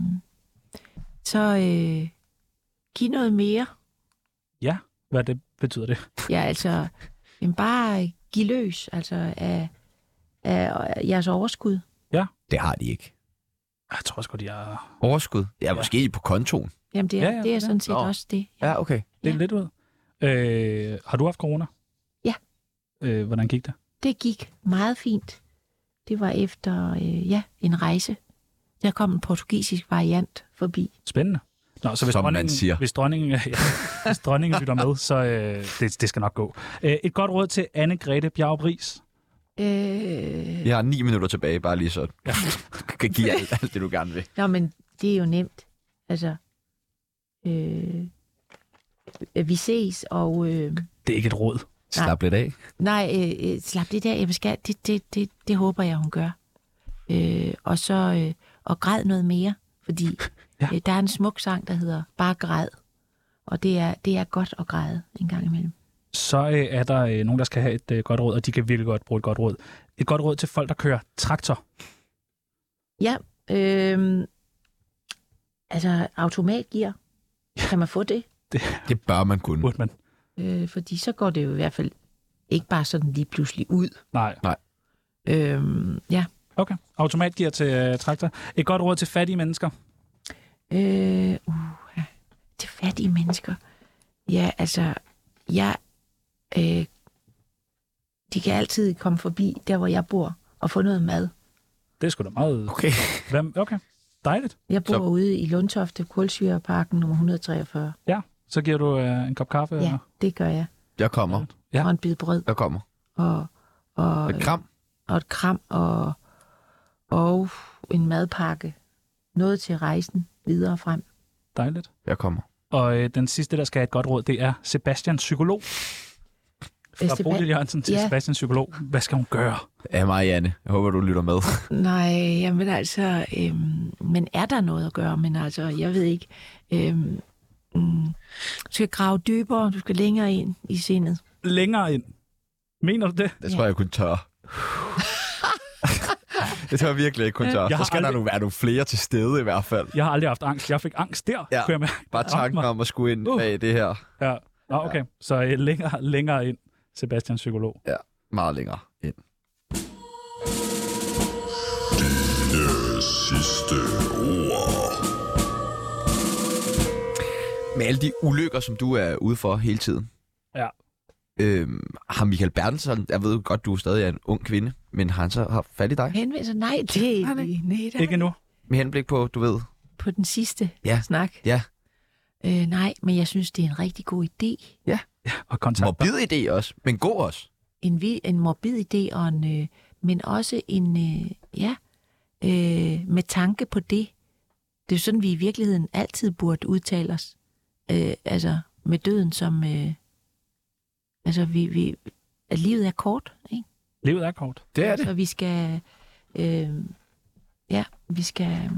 S5: så øh, Giv noget mere.
S2: Ja, hvad det betyder det?
S5: Ja, altså, jamen bare giv løs altså, af, af jeres overskud.
S1: Det har de ikke.
S2: Jeg tror også godt, jeg er
S1: Overskud? Ja, måske på kontoen.
S5: Jamen, det er,
S2: Ja,
S5: ja,
S2: ja,
S5: ja, det er
S2: ja.
S5: sådan set
S1: Nå.
S5: også det.
S1: Ja, okay.
S2: lidt,
S5: Ja.
S2: lidt ud. Øh, har du haft corona?
S5: Ja.
S2: Øh, hvordan gik det?
S5: Det gik meget fint. Det var efter øh, ja, en rejse. Der kom en portugisisk variant forbi.
S2: Spændende. Nå, så hvis
S1: Som man
S2: dronningen,
S1: siger.
S2: Hvis dronningen, ja, hvis dronningen lytter med, så øh, det, det skal nok gå. Øh, et godt råd til Anne-Grethe Bjarup Ries.
S5: Øh,
S1: Jeg har ni minutter tilbage, bare lige så du kan give alt, alt det, du gerne vil.
S5: nå, men det er jo nemt. Altså, øh, vi ses, og... Øh,
S2: Det er ikke et råd.
S1: Slap lidt af.
S5: Nej, øh, øh, slap det der, jeg skal, det, det, det, det håber jeg, hun gør. Øh, og så øh, og græd noget mere, fordi
S2: Ja.
S5: ja. øh, der er en smuk sang, der hedder Bare græd. Og det er, det er godt at græde en gang imellem.
S2: Så øh, er der øh, nogen, der skal have et øh, godt råd, og de kan virkelig godt bruge et godt råd. Et godt råd til folk, der kører traktor.
S5: Øh, altså, automatgear. Kan man få det?
S1: Det bør man kunne.
S2: Burde man?
S5: Øh, fordi så går det jo i hvert fald ikke bare sådan lige pludselig ud.
S2: Nej.
S5: Øh, ja.
S2: Okay. Automatgear til øh, traktor. Et godt råd til fattige mennesker.
S5: Øh, uh, til fattige mennesker. Ja, altså, jeg, øh, de kan altid komme forbi der, hvor jeg bor, og få noget mad.
S2: Det er sgu da meget...
S1: Okay.
S2: Hvem? Okay. Dejligt.
S5: Jeg bor
S1: Så-
S5: så... ude i Lundtofte, Kulsyreparken nummer 143.
S2: Ja. Så giver du øh, en kop kaffe.
S5: Ja,
S2: og-
S5: det gør jeg.
S1: Jeg kommer.
S2: Ja.
S5: Og en bid brød,
S1: Jeg kommer.
S5: og, og,
S1: Et kram.
S5: og et kram, og, og en madpakke. Noget til rejsen videre frem.
S2: Dejligt.
S1: Jeg kommer.
S2: Og øh, den sidste, der skal have et godt råd, det er Sebastian Psykolog. Fra
S5: Sebastian-
S2: Bodil Jørgensen til
S5: Ja.
S2: Sebastian Psykolog. Hvad skal hun gøre?
S1: Ja, Marianne. Jeg håber, du lytter med.
S5: Nej, jamen altså, øhm, men er der noget at gøre? Men altså, jeg ved ikke. Øhm, mm, du skal grave dybere, du skal længere ind i sindet.
S2: Længere ind. Mener du det?
S1: Det tror jeg, jeg kunne tørre. det tror jeg virkelig ikke kunne tørre.
S2: Jeg
S1: Så
S2: har
S1: skal der
S2: aldrig-
S1: nu være nogle flere til stede i hvert fald.
S2: Jeg har aldrig haft angst. Jeg fik angst der,
S1: Ja.
S2: kunne jeg mærke.
S1: Bare
S2: Ramte
S1: tanken
S2: mig.
S1: om at skulle ind
S2: Uh.
S1: bag det her.
S2: Ja. Nå, okay. Så øh, længere, længere ind, Sebastian Psykolog.
S1: Meget længere ind. Med alle de ulykker, som du er ude for hele tiden.
S2: Ja.
S1: Øhm, har Michael Bertelsen, jeg ved godt, du er stadig er en ung kvinde, men har han så haft fat i dig?
S5: Henvend sig, nej, det er ikke. Nej, der.
S2: Ikke nu.
S1: Med henblik på, du ved,
S5: På den sidste
S1: Ja.
S5: snak.
S1: Ja.
S5: Øh, nej, men jeg synes, det er en rigtig god idé.
S2: Og kontakt.
S1: morbid idé også, men god også.
S5: En, vi- en morbid idé, og en, øh, men også en, øh, ja, øh, med tanke på det. Det er jo sådan, vi i virkeligheden altid burde udtale os. Øh, altså, med døden som... Øh, altså, vi, vi, at livet er kort, ikke?
S2: Livet er kort.
S1: Det
S5: Så vi skal... Øh, ja, vi skal...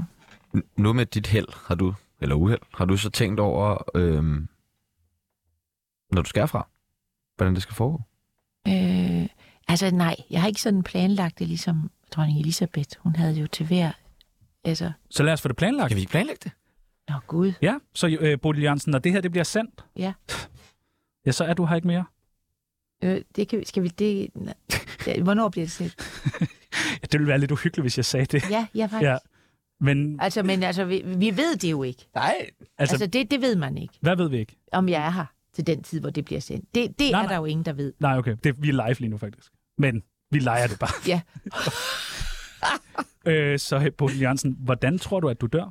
S1: Nu med dit held, har du, eller uheld, har du så tænkt over, øhm, når du skal herfra, hvordan det skal foregå?
S5: Øh, altså nej, jeg har ikke sådan planlagt det, ligesom dronning Elisabeth. Hun havde jo til hver... Altså,
S2: Så lad os få det planlagt.
S1: Kan vi ikke planlægge det?
S5: nå gud.
S2: Ja, så øh, Bodil Jørgensen, når det her det bliver sendt,
S5: Ja.
S2: ja, så er du her ikke mere.
S5: Øh, det kan vi, skal vi det... nej. Ja, Hvornår bliver det set?
S2: Ja, det ville være lidt uhyggeligt, hvis jeg sagde det.
S5: Ja, ja faktisk.
S2: Ja.
S5: Ja.
S2: Men
S5: Altså, men altså, vi, vi ved det jo ikke.
S1: Nej.
S2: altså,
S5: Altså,
S2: altså,
S5: altså det, det ved man ikke,
S2: hvad ved vi ikke?
S5: om jeg er her til den tid, hvor det bliver sendt. Det, det
S2: Nej,
S5: nej, er
S2: nej.
S5: der jo ingen, der ved.
S2: Nej, okay. Det, vi er live lige nu, faktisk. Men vi leger det bare.
S5: Ja.
S2: øh, så øh, Bodil Jørgensen, hvordan tror du, at du dør?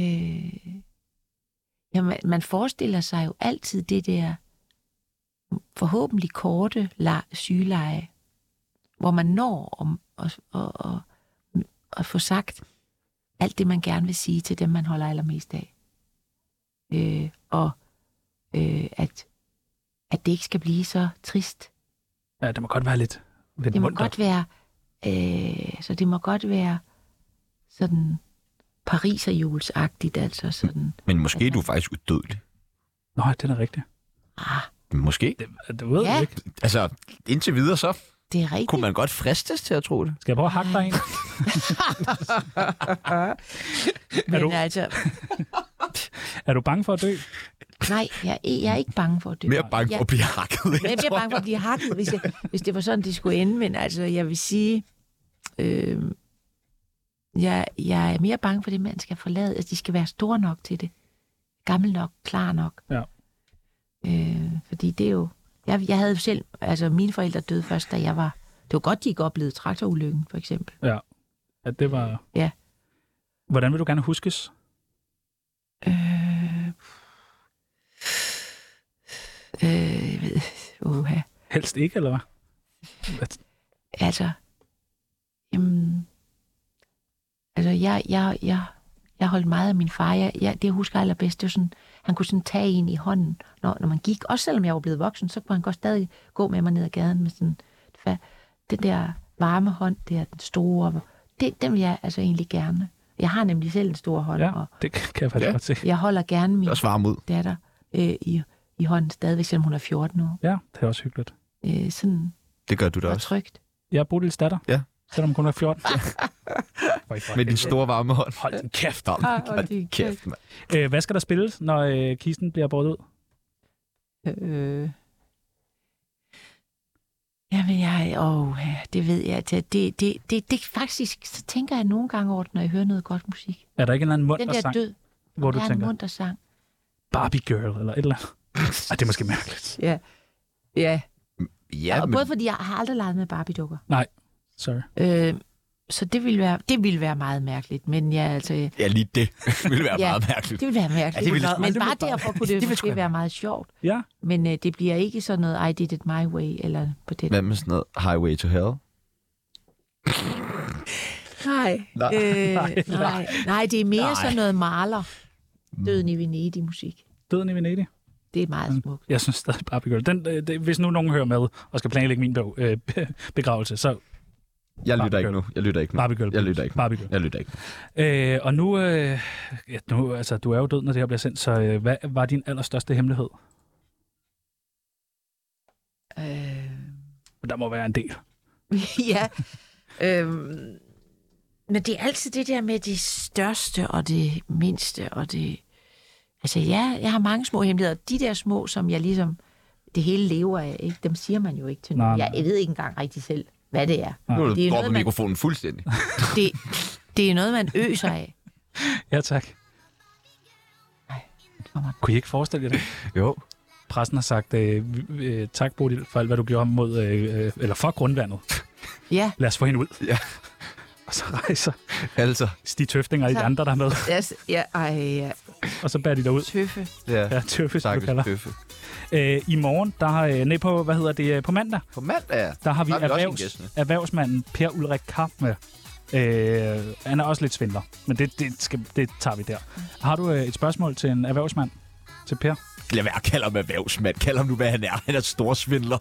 S5: Øh, jamen, man forestiller sig jo altid det der forhåbentlig korte la- sygeleje, hvor man når om at, at, at, at få sagt alt det, man gerne vil sige til dem, man holder allermest af. Øh, og øh, at, at det ikke skal blive så trist.
S2: Ja, det må godt være lidt, lidt
S5: Det må
S2: muntert.
S5: godt være, øh, så det må godt være sådan pariserjulsagtigt, altså sådan.
S1: Men måske er du faktisk udødelig.
S2: Nå, det er da rigtigt.
S5: Ah,
S1: Måske.
S2: Det, det ved
S5: Ja.
S2: jeg ikke.
S1: Altså, indtil videre så
S5: Det er rigtigt.
S1: kunne man godt fristes til at tro det.
S2: Skal jeg prøve at hakke dig ind?
S5: men
S2: du-
S5: altså,
S2: Er du bange for at dø?
S5: Nej, jeg, er- jeg er ikke bange for det.
S1: Mere bange for at blive hakket.
S5: Men jeg bliver bange for at blive hakket, hvis, jeg, hvis det var sådan, det skulle ende. Men altså, jeg vil sige, øh, jeg, jeg er mere bange for, at det mand skal forlade. Altså, de skal være store nok til det. Gammel nok, klar nok.
S2: Ja.
S5: Øh, fordi det er jo... Jeg, jeg havde jo selv... Altså, mine forældre døde først, da jeg var... Det var godt, de ikke oplevede traktorulykken, for eksempel.
S2: Ja, det var...
S5: Ja.
S2: Hvordan vil du gerne huskes?
S5: Øh, øh, jeg ved... Uha.
S2: Helst ikke, eller hvad?
S5: Altså, jamen, altså jeg, jeg, jeg, jeg holdt meget af min far. Jeg, jeg, det, jeg husker allerbedst, det var sådan, han kunne sådan tage en i hånden, når, når man gik. Også selvom jeg var blevet voksen, så kunne han godt stadig gå med mig ned ad gaden med sådan, fa- den der varme hånd, det er den store. Det, den vil jeg altså egentlig gerne. Jeg har nemlig selv en stor hånd, ja. og
S2: det kan jeg faktisk
S1: Ja.
S2: godt se.
S5: jeg holder gerne min
S1: Jeg svarer mod.
S5: datter øh, i, i hånden stadigvæk, selvom hun er 14 år.
S2: Ja, det er også hyggeligt.
S5: Øh, sådan
S1: Det gør du da
S5: og
S1: også.
S5: trygt.
S2: Jeg er Bodils datter.
S1: Ja.
S2: Selvom hun kun er 14.
S5: Ah.
S2: Hvor I for
S1: Med din
S2: helvede.
S1: store varme hånd.
S2: Hold din kæft.
S1: Stop.
S5: Ah, og det er
S1: Kæft, mand.
S2: Øh, hvad skal der spilles, når øh, kisten bliver båret ud?
S5: Øh. Jamen, jeg, åh, ja, det ved jeg. Det, det, det, det, det faktisk, så tænker jeg nogle gange over det, når jeg hører noget godt musik.
S2: Er der ikke en eller anden
S5: Den
S2: munter
S5: der
S2: sang,
S5: død,
S2: hvor du
S5: der er en
S2: tænker,
S5: munter sang.
S2: Barbie Girl, eller et eller andet? Ej, det er måske mærkeligt.
S5: Ja,
S1: Ja,
S5: og
S1: men
S5: både fordi jeg har aldrig leget med Barbie-dukker.
S2: Sorry.
S5: Øh, så det ville, være, det ville være meget mærkeligt, men ja, altså,
S1: ja, lige det ville være
S5: Ja.
S1: meget mærkeligt.
S5: det ville være mærkeligt.
S1: Ja, det ville sgu-
S5: men
S1: det ville
S5: bare
S1: bare-
S5: derfor kunne
S1: Det
S5: det,
S1: ville
S5: det
S1: sgu
S5: måske
S1: da-
S5: være meget sjovt.
S2: Ja.
S5: Men øh, det bliver ikke sådan noget, I did it my way, eller på den.
S1: Hvad med sådan noget Highway to Hell?
S5: Nej.
S1: Nej.
S5: Øh, nej, nej. nej, det er mere
S1: Nej.
S5: nej. sådan noget maler. Døden i Venedig-musik.
S2: Døden i Venedig.
S5: Det er meget smukt.
S2: Jeg synes stadig Barbie Girl. Den, øh, det, hvis nu nogen hører med og skal planlægge min bog, øh, begravelse, så
S1: Jeg lytter
S2: Barbie
S1: ikke nu. Jeg lytter ikke nu.
S2: Barbie Girl.
S1: Jeg lytter ikke.
S2: Barbie Girl.
S1: Jeg lytter ikke.
S2: Øh, og nu, øh, ja, nu, altså, du er jo død, når det her bliver sendt, så øh, hvad var din allerstørste hemmelighed?
S5: Øh,
S2: Men Der må være en del.
S5: ja. Øhm, men det er altid det der med det største og det mindste og det... Altså ja, jeg har mange små hemmeligheder. De der små, som jeg ligesom... Det hele lever af, ikke? dem siger man jo ikke til
S2: Nej,
S5: nogen.
S2: nej.
S5: Jeg, jeg ved ikke engang rigtig selv, hvad det er.
S1: Nu har du
S5: Det
S1: droppet
S5: er noget, man-
S1: mikrofonen fuldstændig.
S5: Det, det er noget, man øser af.
S2: Ja, tak.
S5: kommer.
S2: Kunne I ikke forestille jer det?
S8: Jo.
S2: Pressen har sagt, øh, vi- øh, tak Bodil, for alt, hvad du gjorde mod, øh, øh, eller for grundvandet.
S5: Ja,
S2: Lad os få hende ud.
S1: Ja.
S2: Og så rejser
S1: Altså,
S2: Stig Tøfting og de
S5: Så-
S2: andre, der er med,
S5: yes, ja, ej, ja.
S2: og så bærer de derud.
S5: tøffe.
S1: ja.
S2: Ja, Tøffe, som du
S1: Stakkels
S2: kalder.
S1: bøffe.
S2: Øh, I morgen, der har, øh, nej, på, hvad hedder det, øh, på mandag,
S1: På mandag, ja.
S2: der har vi,
S1: Der har vi også en gæst med.
S2: erhvervs, erhvervsmanden Per Ulrik Kamp med. Øh, han er også lidt svindler, men det, det, skal, det tager vi der. Har du øh, et spørgsmål til en erhvervsmand? Til Per?
S1: Lad være at kalde ham erhvervsmand. Kald ham nu, hvad han er. Han er storsvindler.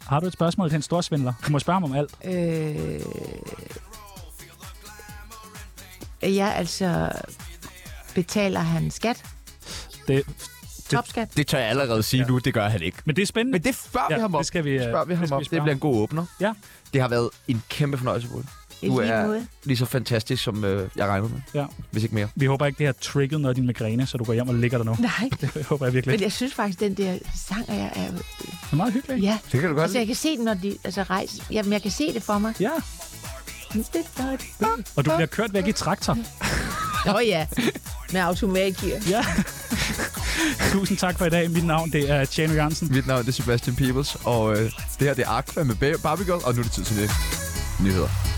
S2: Har du et spørgsmål til en storsvindler? Du må spørge ham om alt.
S5: Øh... Ja, altså... Betaler han skat?
S2: Det,
S5: Topskat?
S1: Det tør jeg allerede sige ja. nu, det gør han ikke.
S2: men det er spændende.
S1: Men det spørger ja, vi
S2: Ja,
S1: ham om.
S2: det skal vi, øh,
S1: spørger vi
S2: det
S1: ham
S2: skal
S1: om.
S2: vi
S1: det
S2: spørge
S1: bliver en god åbner.
S2: Ja.
S1: Det har været en kæmpe fornøjelse, Brun.
S5: I
S1: Du
S5: lige
S1: er
S5: måde.
S1: lige så fantastisk, som øh, jeg regnede med.
S2: Ja.
S1: Hvis ikke mere.
S2: Vi håber ikke, det har trigget noget af din migræne, så du går hjem og ligger der nu.
S5: Nej,
S2: Det håber jeg virkelig.
S5: men
S2: Det
S5: jeg synes faktisk, den der sang er... er
S2: er meget hyggeligt. ikke?
S5: ja,
S1: Det kan du godt
S5: altså jeg kan se den, når de altså, rejser. Jamen, jeg kan se det for mig.
S2: Ja, og du bliver kørt væk i traktor.
S5: Nå ja, med automatgear.
S2: Ja. Tusind tak for i dag. Mit navn det er Tjano Jørgensen.
S1: Mit navn er Sebastian Peebles, og øh, det her det er Aqua med Barbie Girl, og nu er det tid til det. Nyheder.